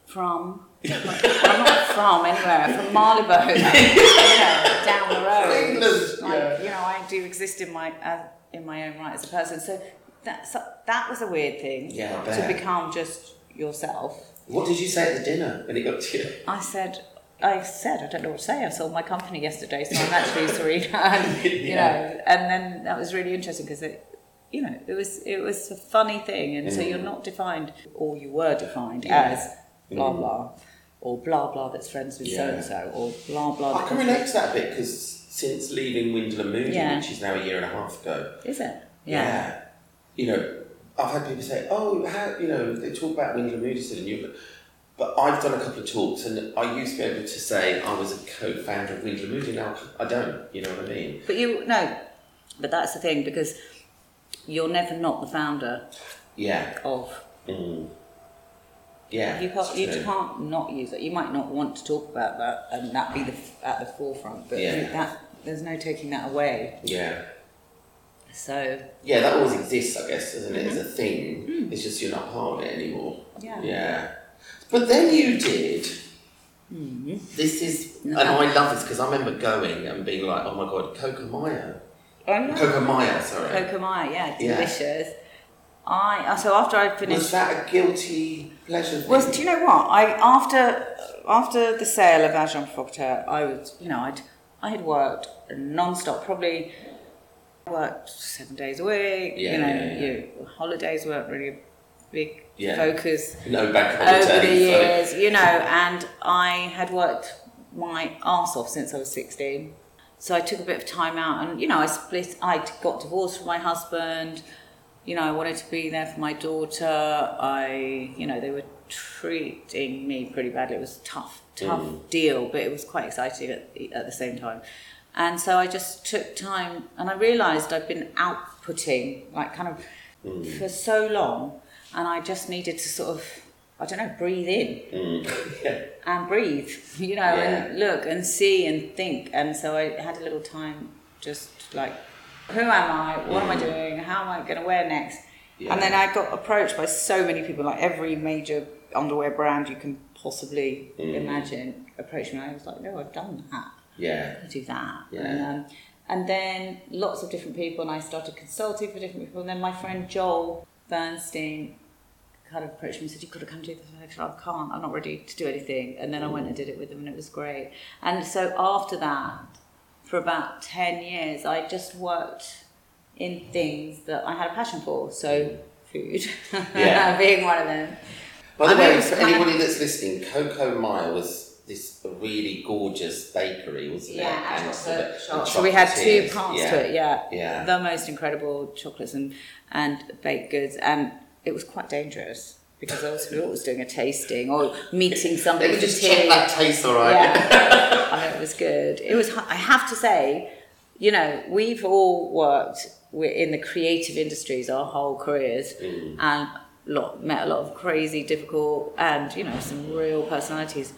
From I'm not from anywhere, I'm from Marylebone. you know, down the road. England, Like, yeah. you know, I do exist in my as in my own right as a person. So that so that was a weird thing. Yeah, I To bet. become just yourself. What did you say at the dinner when it got to you? I said, I said, I don't know what to say. I sold my company yesterday, so I'm actually Serena. And, you know, and then that was really interesting because it, you know, it was it was a funny thing, and so you're not defined, or you were defined as blah blah, or blah blah that's friends with so Yeah. and so, or blah blah. I can relate to that a bit because since leaving Windle and Moody, Yeah. which is now a year and a half ago, Is it? you know, I've had people say, oh, how, you know, they talk about Windle and Moody still in Europe. But I've done a couple of talks and I used to be able to say I was a co founder of Windle and Moody. Now I don't, you know what I mean? But you no, but that's the thing because you're never not the founder Yeah. of Mm. Yeah. You can't, it's you true. can't not use it. You might not want to talk about that and that be the, f- at the forefront, but Yeah. that there's no taking that away. Yeah. So Yeah, that always exists, I guess, doesn't it? It's a thing. It's just you're not part of it anymore. Mm-hmm. Mm. Yeah. Yeah. But then you did. Mm-hmm. This is, and I love this because I remember going and being like, oh my god, Coco Maya. oh, Coco Maya, sorry. Kokomaya, yeah, Yeah. delicious. I uh, so after I finished. Was that a guilty pleasure? Thing? Well, do you know what? I after after the sale of Agent Proctor, I was you know I'd I had worked non-stop, probably worked seven days a week. Yeah, you know, yeah, yeah. You, holidays weren't really a big Yeah. focus. no bank over the holiday. years, you know, and I had worked my arse off since I was 16. So I took a bit of time out and, you know, I split, I got divorced from my husband. You know, I wanted to be there for my daughter. I, you know, they were treating me pretty badly. It was a tough, tough deal, but it was quite exciting at the, at the same time. And so I just took time and I realized I'd been outputting, like, kind of for so long. And I just needed to sort of, I don't know, breathe in Mm. yeah. and breathe, you know, and look and see and think. And so I had a little time just like, who am I? What am I doing? How am I going to wear next? Yeah. And then I got approached by so many people, like every major underwear brand you can possibly imagine approached me. I was like, no, I've done that. Yeah. I do that. Yeah. And, um, and then lots of different people, and I started consulting for different people. And then my friend Joel Bernstein kind of approached me and said, You've got to come do this. And I said, I can't, I'm not ready to do anything. And then I Mm. went and did it with them, and it was great. And so after that, for about 10 years, I just worked in things that I had a passion for. So food Mm. Yeah. being one of them. By the I way, mean, for kind of- anybody that's listening, Coco Maya was this really gorgeous bakery, wasn't it? Yeah, And chocolate sort of- shop. and So we had two chocolatiers, parts yeah. to it, yeah. Yeah. The most incredible chocolates and, and baked goods, and it was quite dangerous because I was always doing a tasting or meeting somebody. Let me for just tea. check that tastes all right. Yeah, I know it was good. It was. I have to say, you know, we've all worked we're in the creative industries our whole careers, Mm. and lot met a lot of crazy, difficult, and you know, some real personalities.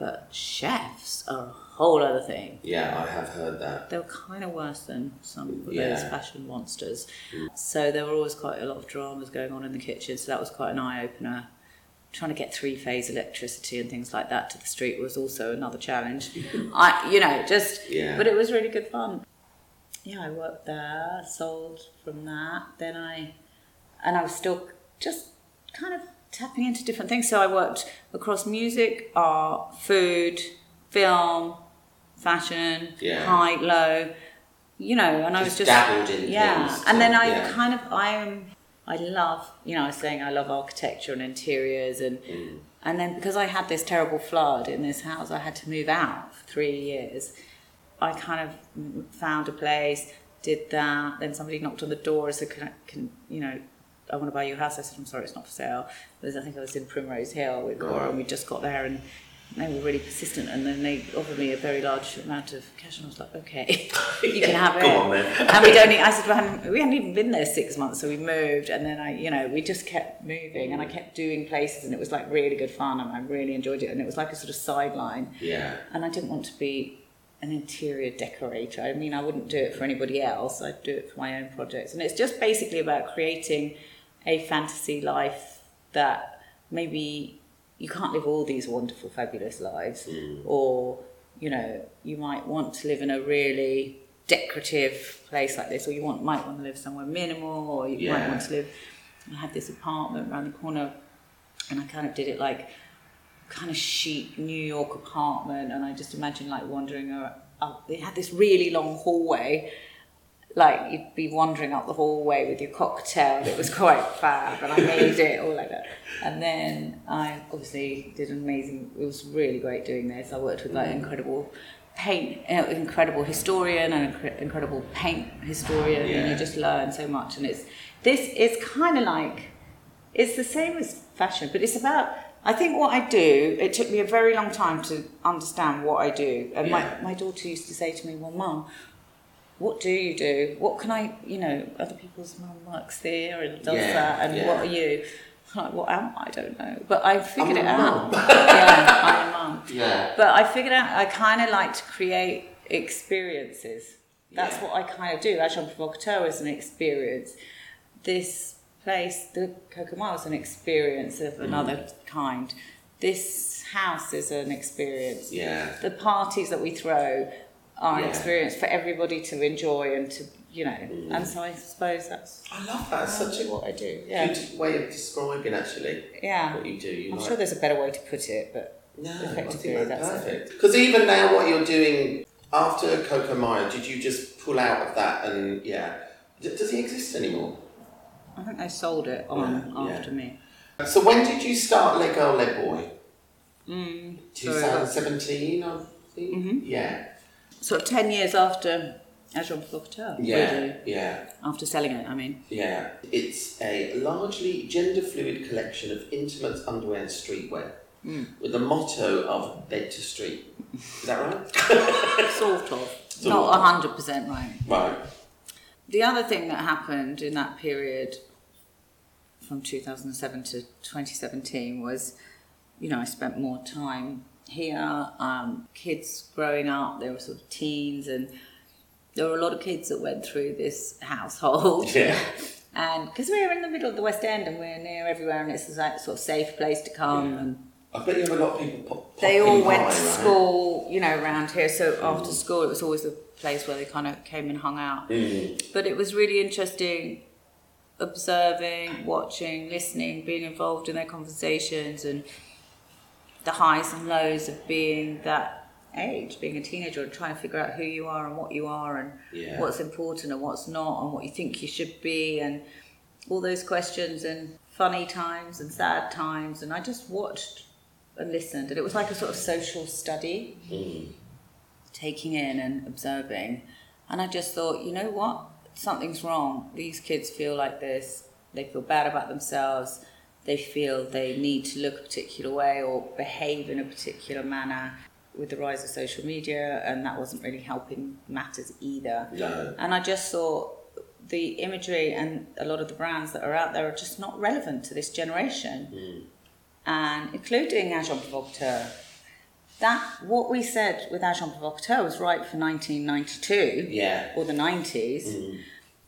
But chefs are a whole other thing. Yeah, I have heard that. They were kind of worse than some of those Yeah. fashion monsters. So there were always quite a lot of dramas going on in the kitchen. So that was quite an eye opener. Trying to get three phase electricity and things like that to the street was also another challenge. I, you know, just. Yeah. But it was really good fun. Yeah, I worked there, sold from that. Then I, and I was still just kind of tapping into different things. So I worked across music, art, food, film, fashion, Yeah. high, low, you know, and I was Just just dabbled in yeah. things and then to- I yeah. kind of I am I love you know I was saying I love architecture and interiors and Mm. and then because I had this terrible flood in this house I had to move out for three years. I kind of m- found a place, did that. Then somebody knocked on the door and said, "Can, I, can you know?" I want to buy your house. I said, I'm sorry, it's not for sale. It was, I think I was in Primrose Hill with Cora, and we just got there, and they were really persistent, and then they offered me a very large amount of cash, and I was like, okay, you can have it. Go on then. and we'd only, I said, well, I hadn't- we hadn't even been there six months, so we moved, and then I, you know, we just kept moving, and I kept doing places, and it was like really good fun, and I really enjoyed it, and it was like a sort of sideline, Yeah. and I didn't want to be an interior decorator. I mean, I wouldn't do it for anybody else. I'd do it for my own projects, and it's just basically about creating a fantasy life that maybe you can't live all these wonderful, fabulous lives, or you know, you might want to live in a really decorative place like this, or you want might want to live somewhere minimal, or you might Yeah. want to live. I had this apartment around the corner, and I kind of did it like kind of chic New York apartment, and I just imagine like wandering ar- up. They had this really long hallway, like you'd be wandering up the hallway with your cocktail. It was quite fab, and I made it all like that. And then I obviously did an amazing. It was really great doing this. I worked with like incredible paint, uh, incredible historian, and incre- incredible paint historian, and Yeah. you just learn so much. And it's this is kind of like it's the same as fashion, but it's about. I think what I do, it took me a very long time to understand what I do. And Yeah. my, my daughter used to say to me, Well, mum, what do you do? What can I, you know, other people's mum works here and does Yeah, that, and yeah. what are you? I'm like, What am I? I don't know. But I figured I'm it a out. yeah, I'm a mum. Yeah. But I figured out I kind of like to create experiences. That's Yeah. what I kind of do. Agent Provocateur is an experience. This place, the Kokomo, is an experience of Mm. another kind. This house is an experience. Yeah. The parties that we throw are an Yeah. experience for everybody to enjoy and to, you know. And so I suppose that's I love that. It's Mm. such a what I do. Yeah. good way of describing actually Yeah. what you do. You I'm like sure there's a better way to put it, but No, I effectively think that's that's it. perfect. Because even now, what you're doing after Coco Maya, did you just pull out of that and yeah? D- does he exist anymore? I think they sold it on Yeah, yeah. after me. So when did you start Let Girl Let Boy? Mm. so about- Mm-hmm. 2017, I think. Yeah, sort of 10 years after Agent Provocateur, yeah, really, yeah, after selling it, I mean. yeah. It's a largely gender fluid collection of intimate underwear and streetwear. Mm. With the motto of bed to street. Is that right? Sort of. Sort of. Not 100% right. Right. The other thing that happened in that period from 2007 to 2017 was, you know, I spent more time here, um, kids growing up, they were sort of teens, and there were a lot of kids that went through this household. Yeah. And because we're in the middle of the West End and we're near everywhere, and it's a like, sort of safe place to come, and I bet you have a lot of people pop. they all popping went by, to right? school, you know, around here. So after school, it was always a place where they kind of came and hung out. Mm, But it was really interesting observing, watching, listening, being involved in their conversations, and the highs and lows of being that age, being a teenager, and trying to figure out who you are and what you are, and Yeah. what's important and what's not, and what you think you should be, and all those questions, and funny times and sad times. And I just watched and listened, and it was like a sort of social study, mm. taking in and observing. And I just thought, you know what? Something's wrong. These kids feel like this. They feel bad about themselves. They feel they need to look a particular way or behave in a particular manner with the rise of social media, and that wasn't really helping matters either. No. And I just thought the imagery and a lot of the brands that are out there are just not relevant to this generation and including Agent Provocateur. That what we said with Agent Provocateur was right for 1992 Yeah. or the 90s.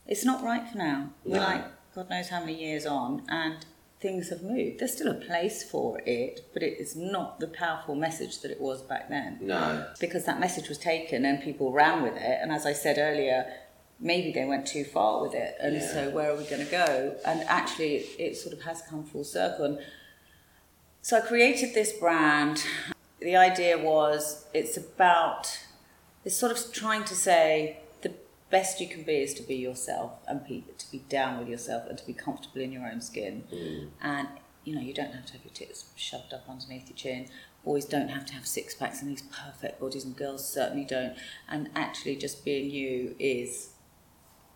It's not right for now. We're No. like God knows how many years on, and things have moved. There's still a place for it, but it is not the powerful message that it was back then No. because that message was taken and people ran with it. And as I said earlier, maybe they went too far with it. And Yeah. so where are we going to go? And actually, it, it sort of has come full circle. And so I created this brand. The idea was it's about, it's sort of trying to say the best you can be is to be yourself and be, to be down with yourself and to be comfortable in your own skin. And, you know, you don't have to have your tits shoved up underneath your chin. Boys don't have to have six packs and these perfect bodies, and girls certainly don't. And actually, just being you is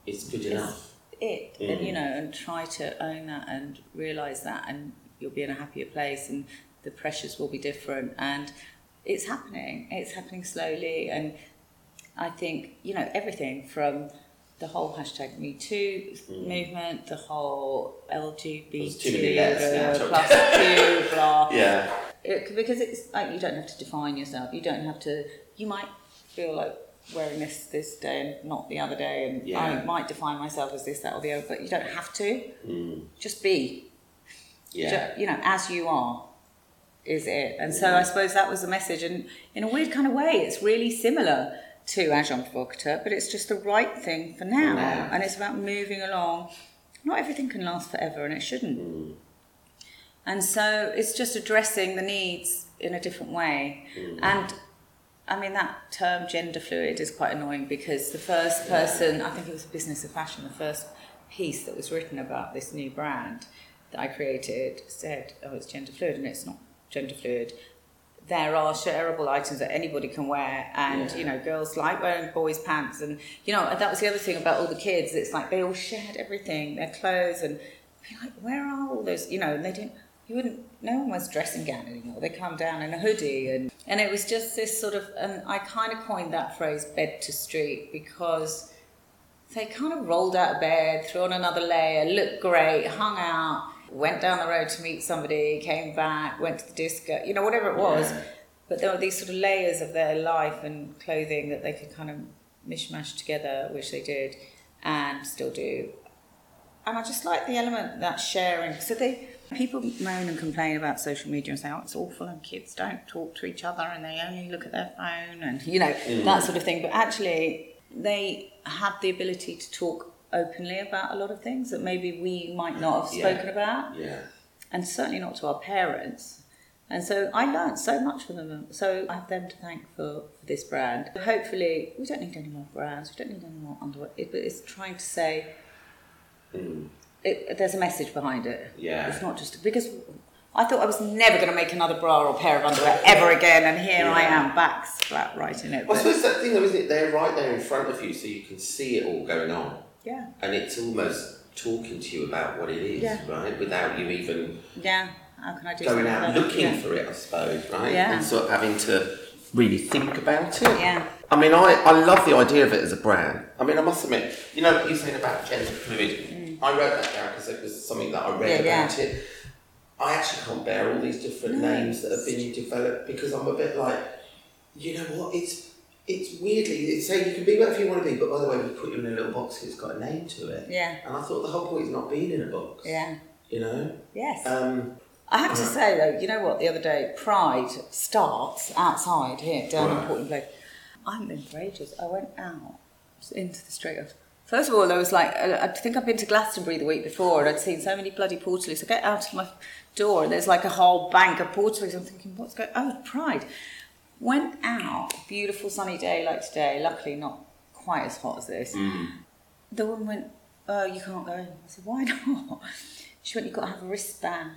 It's good enough. it Mm. and you know and try to own that and realize that and you'll be in a happier place and the pressures will be different and it's happening. It's happening slowly, and I think you know everything from the whole hashtag Me Too movement, the whole Mm. There's too many letters now, LGBT plus two blah. Yeah. It, because it's like you don't have to define yourself. You don't have to. You might feel like wearing this this day and not the other day, and Yeah. I might define myself as this, that, or the other. But you don't have to. Just be. Mm. Yeah. Ju- you know, as you are, is it? And so I suppose that was the message. And in a weird kind of way, it's really similar to Agent Provocateur, but it's just the right thing for now. now. And it's about moving along. Not everything can last forever, and it shouldn't. And so it's just addressing the needs in a different way. And I mean, that term gender fluid is quite annoying because the first person, I think it was Business of Fashion, the first piece that was written about this new brand that I created said, oh, it's gender fluid, and it's not gender fluid. There are shareable items that anybody can wear, and Yeah. you know, girls like wearing boys' pants, and you know, that was the other thing about all the kids. It's like they all shared everything, their clothes, and you're like, where are all those? You know, and they didn't. You wouldn't. No one wears dressing gown anymore. They come down in a hoodie, and and it was just this sort of. And I kind of coined that phrase, bed to street, because they kind of rolled out of bed, threw on another layer, looked great, hung out, went down the road to meet somebody, came back, went to the disco, you know, whatever it was. Yeah. But there were these sort of layers of their life and clothing that they could kind of mishmash together, which they did and still do. And I just like the element of that sharing. So they people moan and complain about social media and say, "Oh, it's awful," and kids don't talk to each other and they only look at their phone and you know that sort of thing. But actually, they have the ability to talk openly about a lot of things that maybe we might not have Yeah. spoken about, Yeah. and certainly not to our parents. And so I learned so much from them. So I have them to thank for, for this brand. Hopefully, we don't need any more brands. We don't need any more underwear. It, but it's trying to say it, there's a message behind it. Hmm. Yeah. It's not just because I thought I was never going to make another bra or pair of underwear ever again, and here I Yeah. am back flat right in it. Well, I But- suppose that thing though, isn't it? They're right there in front of you, so you can see it all going on, yeah. and it's almost talking to you about what it is, Yeah. right? Without you even Yeah. How can I do going something out about it? looking Yeah. for it, I suppose, right? Yeah. And sort of having to really think about it. Yeah. I mean, I, I love the idea of it as a brand. I mean, I must admit, you know, you saying about gender fluid, I wrote that down because it was something that I read Mm. Yeah, about it. I actually can't bear all these different names that have been developed because I'm a bit like, you know what, it's it's weirdly, it's saying you can be whatever you want to be, but by the way, we put you in a little box, it's got a name to it. Yeah. And I thought the whole point is not being in a box. Yeah. You know? Yes. Um, I have to say though, you know what? The other day, Pride starts outside here down Right. in Portland Place. I'm in for ages. I went out into the street. First of all, I was like, I I think I've been to Glastonbury the week before, and I'd seen so many bloody Portaloos. I get out of my door, and there's like a whole bank of Portaloos. I'm thinking, what's going? Oh, Pride. Went out, beautiful sunny day like today. Luckily, not quite as hot as this. The woman went, Oh, you can't go in. I said, Why not? She went, You've got to have a wristband.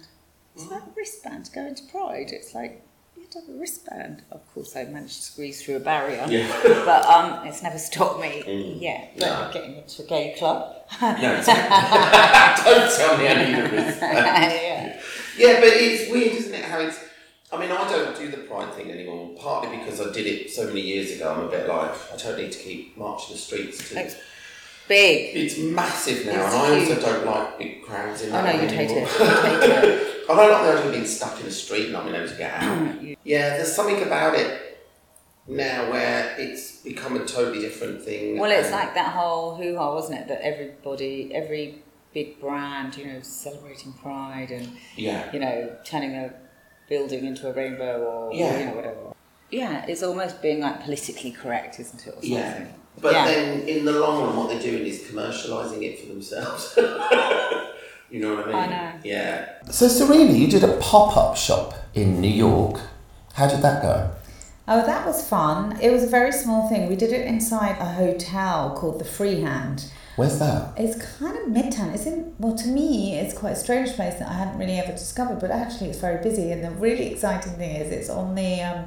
It's like a wristband to go into Pride. It's like, you have to have a wristband. Of course, I managed to squeeze through a barrier. Yeah. but um, it's never stopped me Yeah, But No. getting into a gay club. no, it's- don't tell me I need a risk. yeah. Yeah, but it's weird, isn't it? How it's. I mean, I don't do the pride thing anymore, partly because I did it so many years ago. I'm a bit like, I don't need to keep marching the streets. To, It's big. it's massive now, It's and I huge. also don't like big crowds in Oh, that no, way you'd hate anymore. it. You'd hate it. I don't like the idea of being stuck in a street and not being able to get out. yeah, there's something about it now where it's become a totally different thing. Well, it's and- like that whole hoo ha, wasn't it? That everybody, every big brand, you know, celebrating Pride and Yeah. you know, turning a building into a rainbow or Yeah. you know whatever. Yeah, it's almost being like politically correct, isn't it? Or something. Yeah. But Yeah. then in the long run, what they're doing is commercialising it for themselves. you know what I mean? I know. Yeah. So, Serena, you did a pop up shop in New York. How did that go? Oh, that was fun. It was a very small thing. We did it inside a hotel called the Freehand. Where's that? It's kind of midtown. It's in, well, to me, it's quite a strange place that I hadn't really ever discovered, but actually it's very busy. And the really exciting thing is it's on the, um,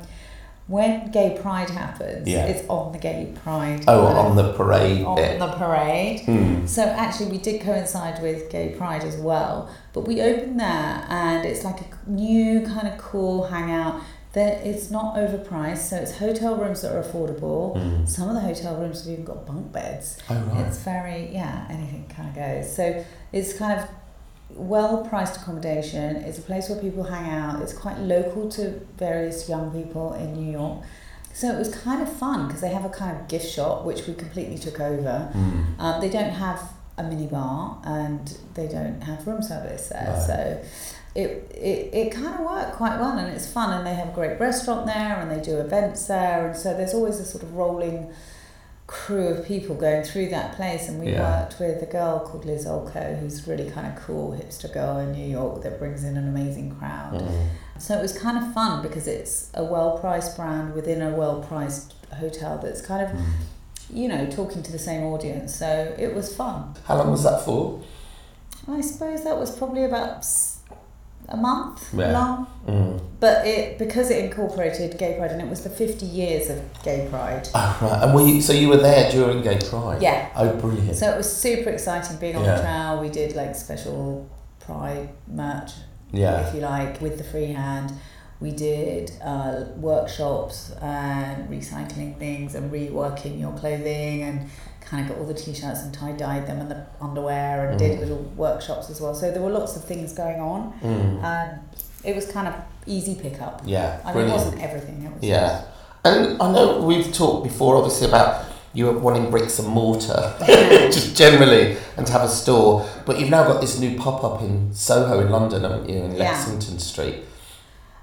when Gay Pride happens, Yeah. it's on the Gay Pride. Oh, uh, on the parade Oh. on bit. the parade. So actually, we did coincide with Gay Pride as well. But we opened there, and it's like a new kind of cool hangout. that it's not overpriced, so it's hotel rooms that are affordable. Some of the hotel rooms have even got bunk beds. Oh, right. It's very yeah, anything kind of goes. So it's kind of well priced accommodation. It's a place where people hang out. It's quite local to various young people in New York. So it was kind of fun because they have a kind of gift shop which we completely took over. Um, they don't have a minibar and they don't have room service there, Right. so it, it it kind of worked quite well and it's fun and they have a great restaurant there and they do events there and so there's always a sort of rolling crew of people going through that place and we Yeah. worked with a girl called Liz Olko who's really kind of cool hipster girl in New York that brings in an amazing crowd. Mm. So it was kind of fun because it's a well priced brand within a well priced hotel that's kind of, you know, talking to the same audience. So it was fun. How long was that for? I suppose that was probably about s- a month Yeah. long. Mm. But it because it incorporated Gay Pride and it was the 50 years of Gay Pride. Oh, right. And were you, so you were there during Gay Pride? Yeah. Oh, brilliant. So it was super exciting being on Yeah. the trail. We did like special Pride merch yeah. if you like, with the free hand. We did uh, workshops and recycling things and reworking your clothing and kind of got all the t-shirts and tie-dyed them and the underwear and Mm-hmm. did little workshops as well. So there were lots of things going on. Um, it was kind of easy pickup. Mm. Yeah. I mean, it brilliant. wasn't everything. It was Yeah. And I know we've talked before, obviously, about you wanting bricks and mortar, just generally, and to have a store. But you've now got this new pop up in Soho in London, haven't you, in Yeah. Lexington Street?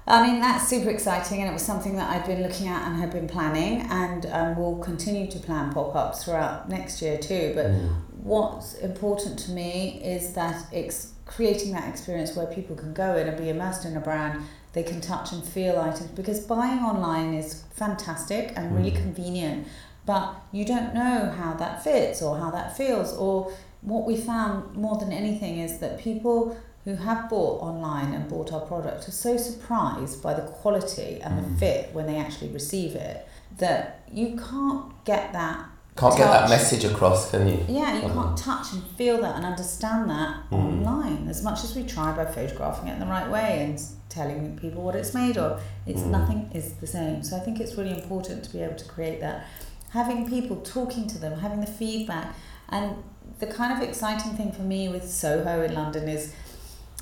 I mean, that's super exciting, and it was something that I've been looking at and have been planning, and um, we'll continue to plan pop ups throughout next year too. Mm. But what's important to me is that it's creating that experience where people can go in and be immersed in a brand, they can touch and feel items, because buying online is fantastic and really Mm. convenient, but you don't know how that fits or how that feels or what we found more than anything is that people who have bought online and bought our product are so surprised by the quality and Mm. the fit when they actually receive it that you can't get that Can't get that touch. message across, can you? Yeah, you Mhm. can't touch and feel that and understand that Hmm. online as much as we try by photographing it in the right way and s- telling people what it's made of. It's Hmm. nothing is the same. So I think it's really important to be able to create that. Having people talking to them, having the feedback, and the kind of exciting thing for me with Soho in London is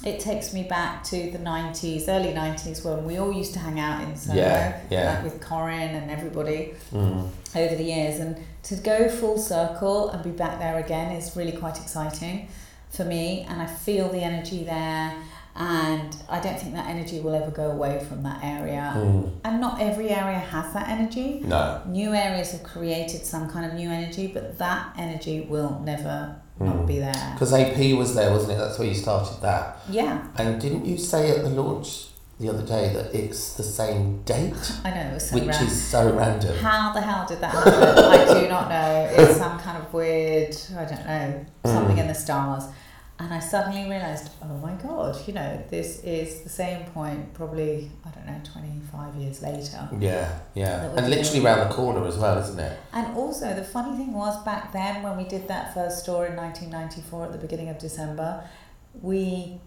it takes me back to the 90s, early 90s, when we all used to hang out in Soho, Yeah, yeah. like with Corin and everybody Mm. over the years and to go full circle and be back there again is really quite exciting for me and I feel the energy there and I don't think that energy will ever go away from that area Mm. and not every area has that energy No. new areas have created some kind of new energy but that energy will never Mm. not be there Because AP was there, wasn't it? That's where you started that. yeah And didn't you say at the launch the other day that it's the same date? I know it was so Which random. is so random. How the hell did that happen? I do not know. It's some kind of weird, I don't know, something Mm. in the stars. And I suddenly realised, oh my God, you know, this is the same point probably, I don't know, 25 years later. Yeah, yeah. That would And be- literally round the corner as well, isn't it? And also, the funny thing was back then when we did that first store in 1994 at the beginning of December, we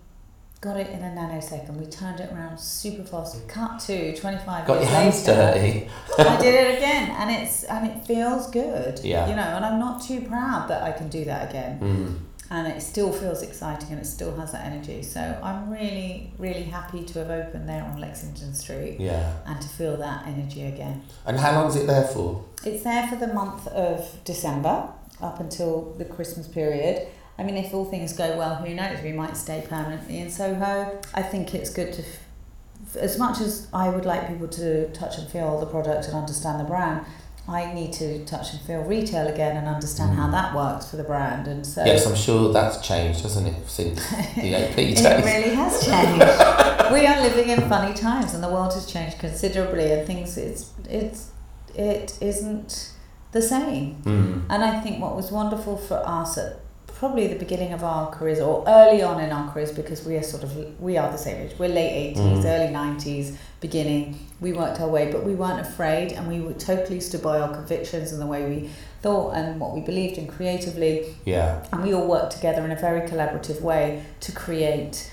got it in a nanosecond. We turned it around super fast. Cut to 25 Mm. Got years your hands later. dirty. I did it again, and it's and it feels good. Yeah. You know, and I'm not too proud that I can do that again, Mm. and it still feels exciting, and it still has that energy. So I'm really, really happy to have opened there on Lexington Street Yeah. and to feel that energy again. And how long is it there for? It's there for the month of December up until the Christmas period. I mean, if all things go well, who knows? We might stay permanently in Soho. I think it's good to, f- as much as I would like people to touch and feel the product and understand the brand, I need to touch and feel retail again and understand how that works for the brand. And so Yes, I'm sure that's changed, hasn't it, since the AP days? it really has changed. we are living in funny times, and the world has changed considerably, and things it's it's it isn't the same. Mm. And I think what was wonderful for us at probably the beginning of our careers or early on in our careers because we are sort of we are the same age we're late 80s early 90s beginning we worked our way but we weren't afraid and we were totally stood by our convictions and the way we thought and what we believed in creatively Yeah. and we all worked together in a very collaborative way to create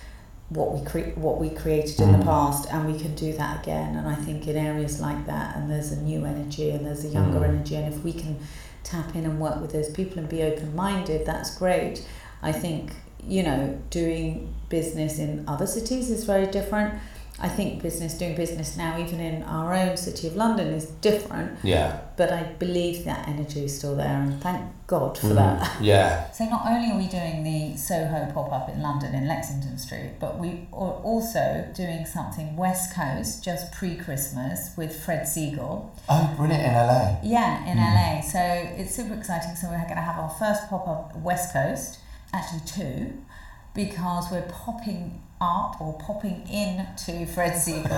what we cre- what we created in Mm. the past, and we can do that again. And I think in areas like that, and there's a new energy, and Mm. there's a younger energy, and if we can tap in and work with those people and be open minded, that's great. I think you know doing business in other cities is very different. I think business doing business now, even in our own city of London, is different. Yeah. But I believe that energy is still there, and thank God for Mm. that. Yeah. So not only are we doing the Soho pop up in London in Lexington Street, but we are also doing something West Coast just pre Christmas with Fred Siegel. Oh, brilliant in LA. Yeah, in LA. So it's super exciting. So we're going to have our first pop up West Coast, actually two, because we're popping up or popping in to Fred Siegel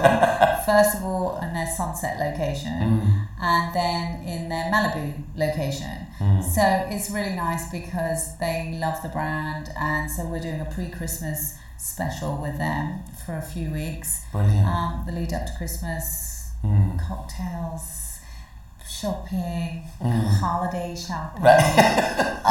first of all in their Sunset location and then in their Malibu location. So it's really nice because they love the brand, and so we're doing a pre Christmas special with them for a few weeks. Brilliant. Um, the lead up to Christmas, cocktails, shopping, Mm. holiday shopping,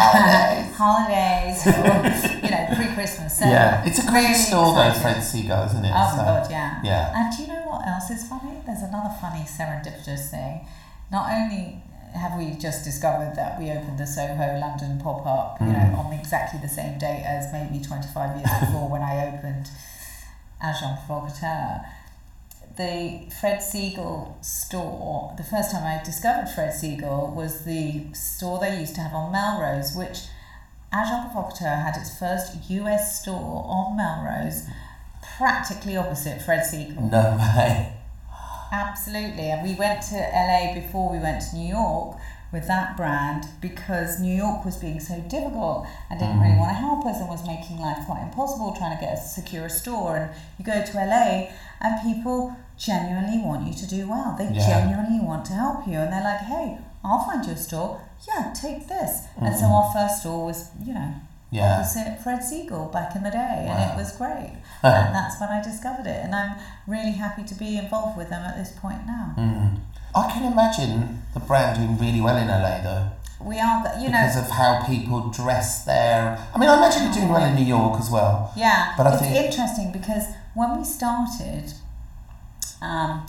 holidays, or, you know, pre Christmas. So yeah. It's a great really store though, exciting. Fred Seagull, isn't it? Oh So- my god, yeah. yeah. And do you know what else is funny? There's another funny serendipitous thing. Not only have we just discovered that we opened the Soho London pop up, you Mm. know, on exactly the same date as maybe 25 years before when I opened Agent Provocateur. The Fred Siegel store, the first time I discovered Fred Siegel was the store they used to have on Melrose, which Agent Provocateur had its first US store on Melrose, practically opposite Fred Siegel. No way. Absolutely. And we went to LA before we went to New York with that brand because New York was being so difficult and didn't really want to help us and was making life quite impossible trying to get us to secure a store. And you go to LA and people genuinely want you to do well. They Yeah. genuinely want to help you. And they're like, hey, I'll find you a store. Yeah, take this. And so our first store was, you know, Yeah. opposite Fred Siegel back in the day, and Wow. it was great. and that's when I discovered it, and I'm really happy to be involved with them at this point now. Mm. I can imagine the brand doing really well in LA though. We are, go- you know, Because of how people dress there. I mean, I imagine it doing well in New York as well. yeah, But I it's think- interesting because when we started, um,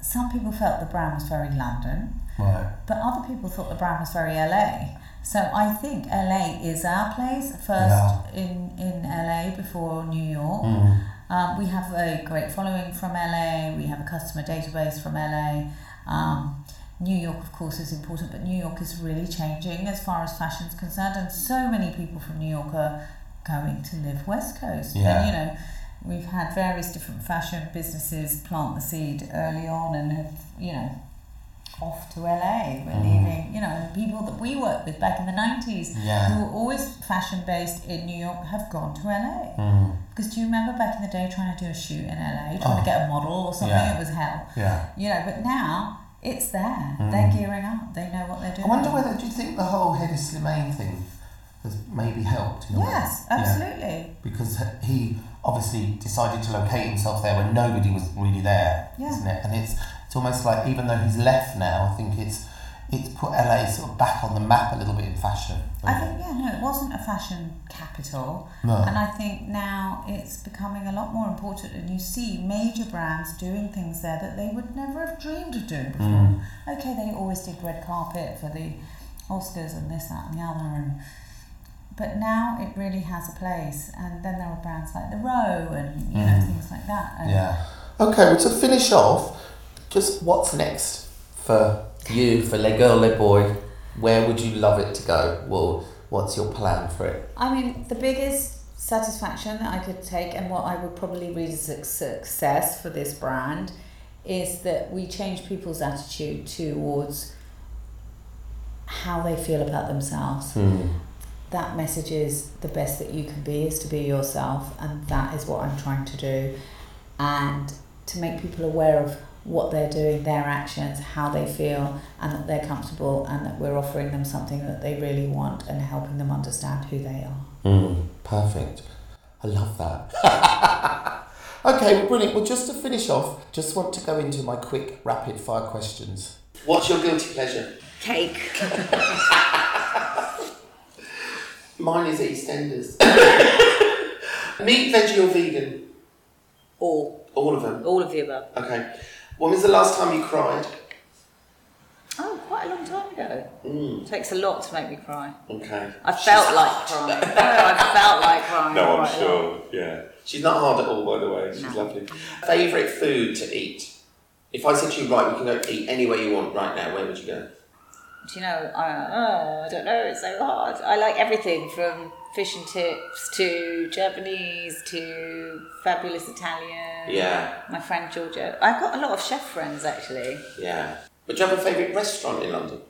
some people felt the brand was very London, Right. but other people thought the brand was very LA. So I think LA is our place first Yeah. in in LA before New York. Mm. Um, we have a great following from LA. We have a customer database from LA. Um, New York, of course, is important, but New York is really changing as far as fashion is concerned, and so many people from New York are going to live West Coast. Yeah. And you know, we've had various different fashion businesses plant the seed early on, and have you know, off to LA. We're Mm-hmm. leaving. You know, people that we worked with back in the nineties Yeah. who were always fashion based in New York have gone to LA. Mm. Because do you remember back in the day trying to do a shoot in LA, trying Oh. to get a model or something? Yeah. It was hell. Yeah. Mm-hmm. You know, but now it's there. They're gearing up. They know what they're doing. I wonder whether, do you think the whole Hedy Slimane thing has maybe helped in a way? Yes, Yeah. absolutely. because he obviously decided to locate himself there when nobody was really there, Yeah. not it? And it's it's almost like even though he's left now, I think it's it's put LA sort of back on the map a little bit in fashion. I think, yeah, no, it wasn't a fashion capital. No. And I think now it's becoming a lot more important, and you see major brands doing things there that they would never have dreamed of doing before. Mm. Okay, they always did red carpet for the Oscars and this, that, and the other, and but now it really has a place. And then there are brands like the Row and you know things like that. And Mm. yeah. Okay, well to finish off, just what's next for you, for Le Girl, Le Boy? Where would you love it to go? Well, what's your plan for it? I mean, the biggest satisfaction that I could take, and what I would probably read as a success for this brand, is that we change people's attitude towards how they feel about themselves. That message is the best that you can be is to be yourself, and that is what I'm trying to do. And to make people aware of what they're doing, their actions, how they feel, and that they're comfortable, and that we're offering them something that they really want and helping them understand who they are. Mm, perfect. I love that. okay, well, brilliant. Well, just to finish off, just want to go into my quick rapid fire questions. What's your guilty pleasure? Cake. Mine is EastEnders. Meat, veggie, or vegan? All. All of them. All of the above. Okay. When was the last time you cried? Oh, quite a long time ago. Mm. Takes a lot to make me cry. Okay. I felt like crying. No, I felt like crying. quite No, a I'm lot. sure. Yeah. She's not hard at all, by the way. She's lovely. Favorite food to eat? If I said to you, right, you can go eat anywhere you want right now, where would you go? Do you know? I, oh, I don't know. It's so hard. I like everything from fish and chips to Japanese to fabulous Italian. Yeah, My friend Giorgio. I've got a lot of chef friends actually. yeah. But do you have a favourite restaurant in London?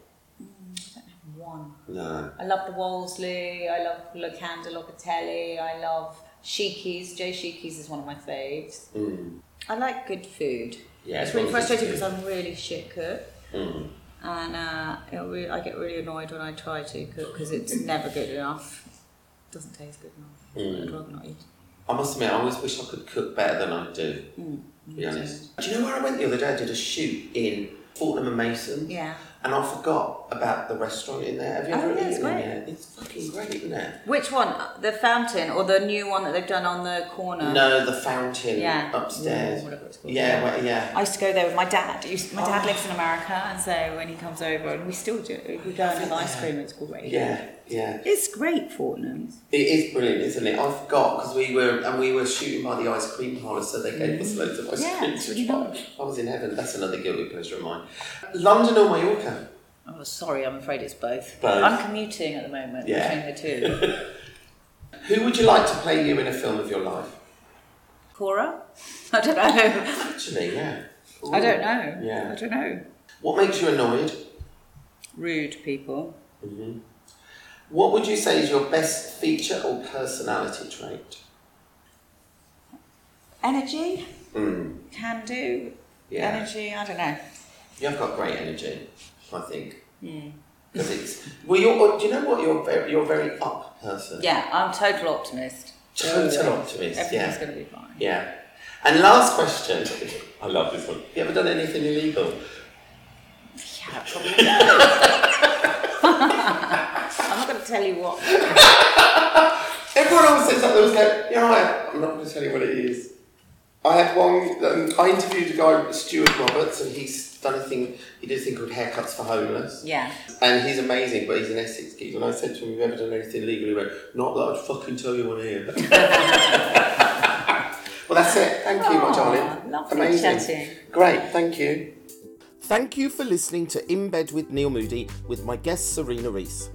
One. No. I love the Wolseley, I love La Canda Locatelli, I love Sheiky's. Joe Sheiky's is one of my faves. Mm. I like good food. Yeah, it's as really long as it's frustrating good. because I'm a really shit cook. Mm. And uh, it re- I get really annoyed when I try to cook because it's never good enough. doesn't taste good enough. Mm. I'd rather not eat. I must admit, I always wish I could cook better than I do, to be honest. Mm, Do you know where I went the other day? I did a shoot in Fortnum and Mason. Yeah. And I forgot about the restaurant in there. Have you Oh, ever yeah, eaten it's in great. there? It's fucking great, isn't it? Which one? The fountain or the new one that they've done on the corner? No, the fountain Yeah. upstairs. Mm, whatever it's called. yeah, well, yeah. I used to go there with my dad. He used- My Oh. dad lives in America, and so when he comes over, and we still do, we go and have ice cream. It's great. Yeah, yeah. It's great, Fortnum's. It is brilliant, isn't it? I forgot because we were and we were shooting by the ice cream parlour, so they gave us loads of ice Yeah, cream it's to really try. I was in heaven. That's another guilty pleasure of mine. London or Mallorca? Oh, sorry, I'm afraid it's both. Both. I'm commuting at the moment Yeah. between the two. Who would you like to play you in a film of your life? Cora? I don't know. Actually, yeah. I don't know. Yeah. I don't know. What makes you annoyed? Rude people. What would you say is your best feature or personality trait? Energy? Mm. Can do. Yeah. Energy? I don't know. You've got great energy, I think. Hmm. Because it's well, you're. Do you know what? You're very, you're a very up person. Yeah, I'm total optimist. Total optimist. Everything's yeah. going to be fine. Yeah. And last question. I love this one. You ever done anything illegal? Yeah, probably. I'm not going to tell you what. Everyone always says that. They was like, you know, I, I'm not going to tell you what it is. I had one. Um, I interviewed a guy, Stuart Roberts, and he's done a thing. He did a thing called haircuts for homeless, Yeah. and he's amazing. But he's an Essex geek, and I said to him, "Have you ever done anything illegal?" He went, "Not that I'd fucking tell you on here." well, that's it. Thank you, my Aw, darling. lovely amazing. chatting. Great. Thank you. Thank you for listening to In Bed with Neil Moody with my guest Serena Reese.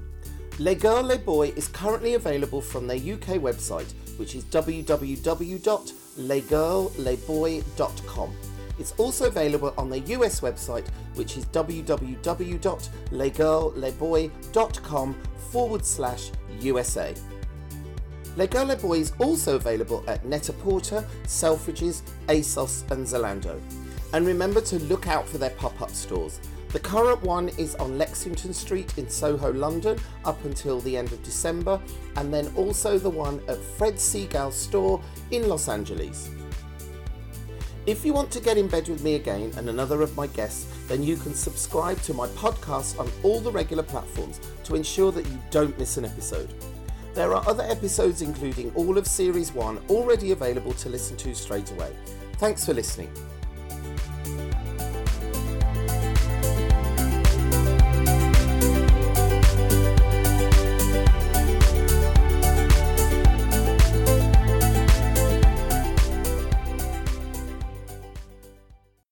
Les Girls Les Boys is currently available from their UK website, which is www.lesgirllesboy.com. It's also available on their US website, which is www.lesgirllesboy.com forward slash USA. Les Girls Les Boys is also available at Netta Porter, Selfridges, ASOS, and Zalando. And remember to look out for their pop up stores. The current one is on Lexington Street in Soho, London, up until the end of December, and then also the one at Fred Seagal's store in Los Angeles. If you want to get in bed with me again and another of my guests, then you can subscribe to my podcast on all the regular platforms to ensure that you don't miss an episode. There are other episodes, including all of Series 1, already available to listen to straight away. Thanks for listening.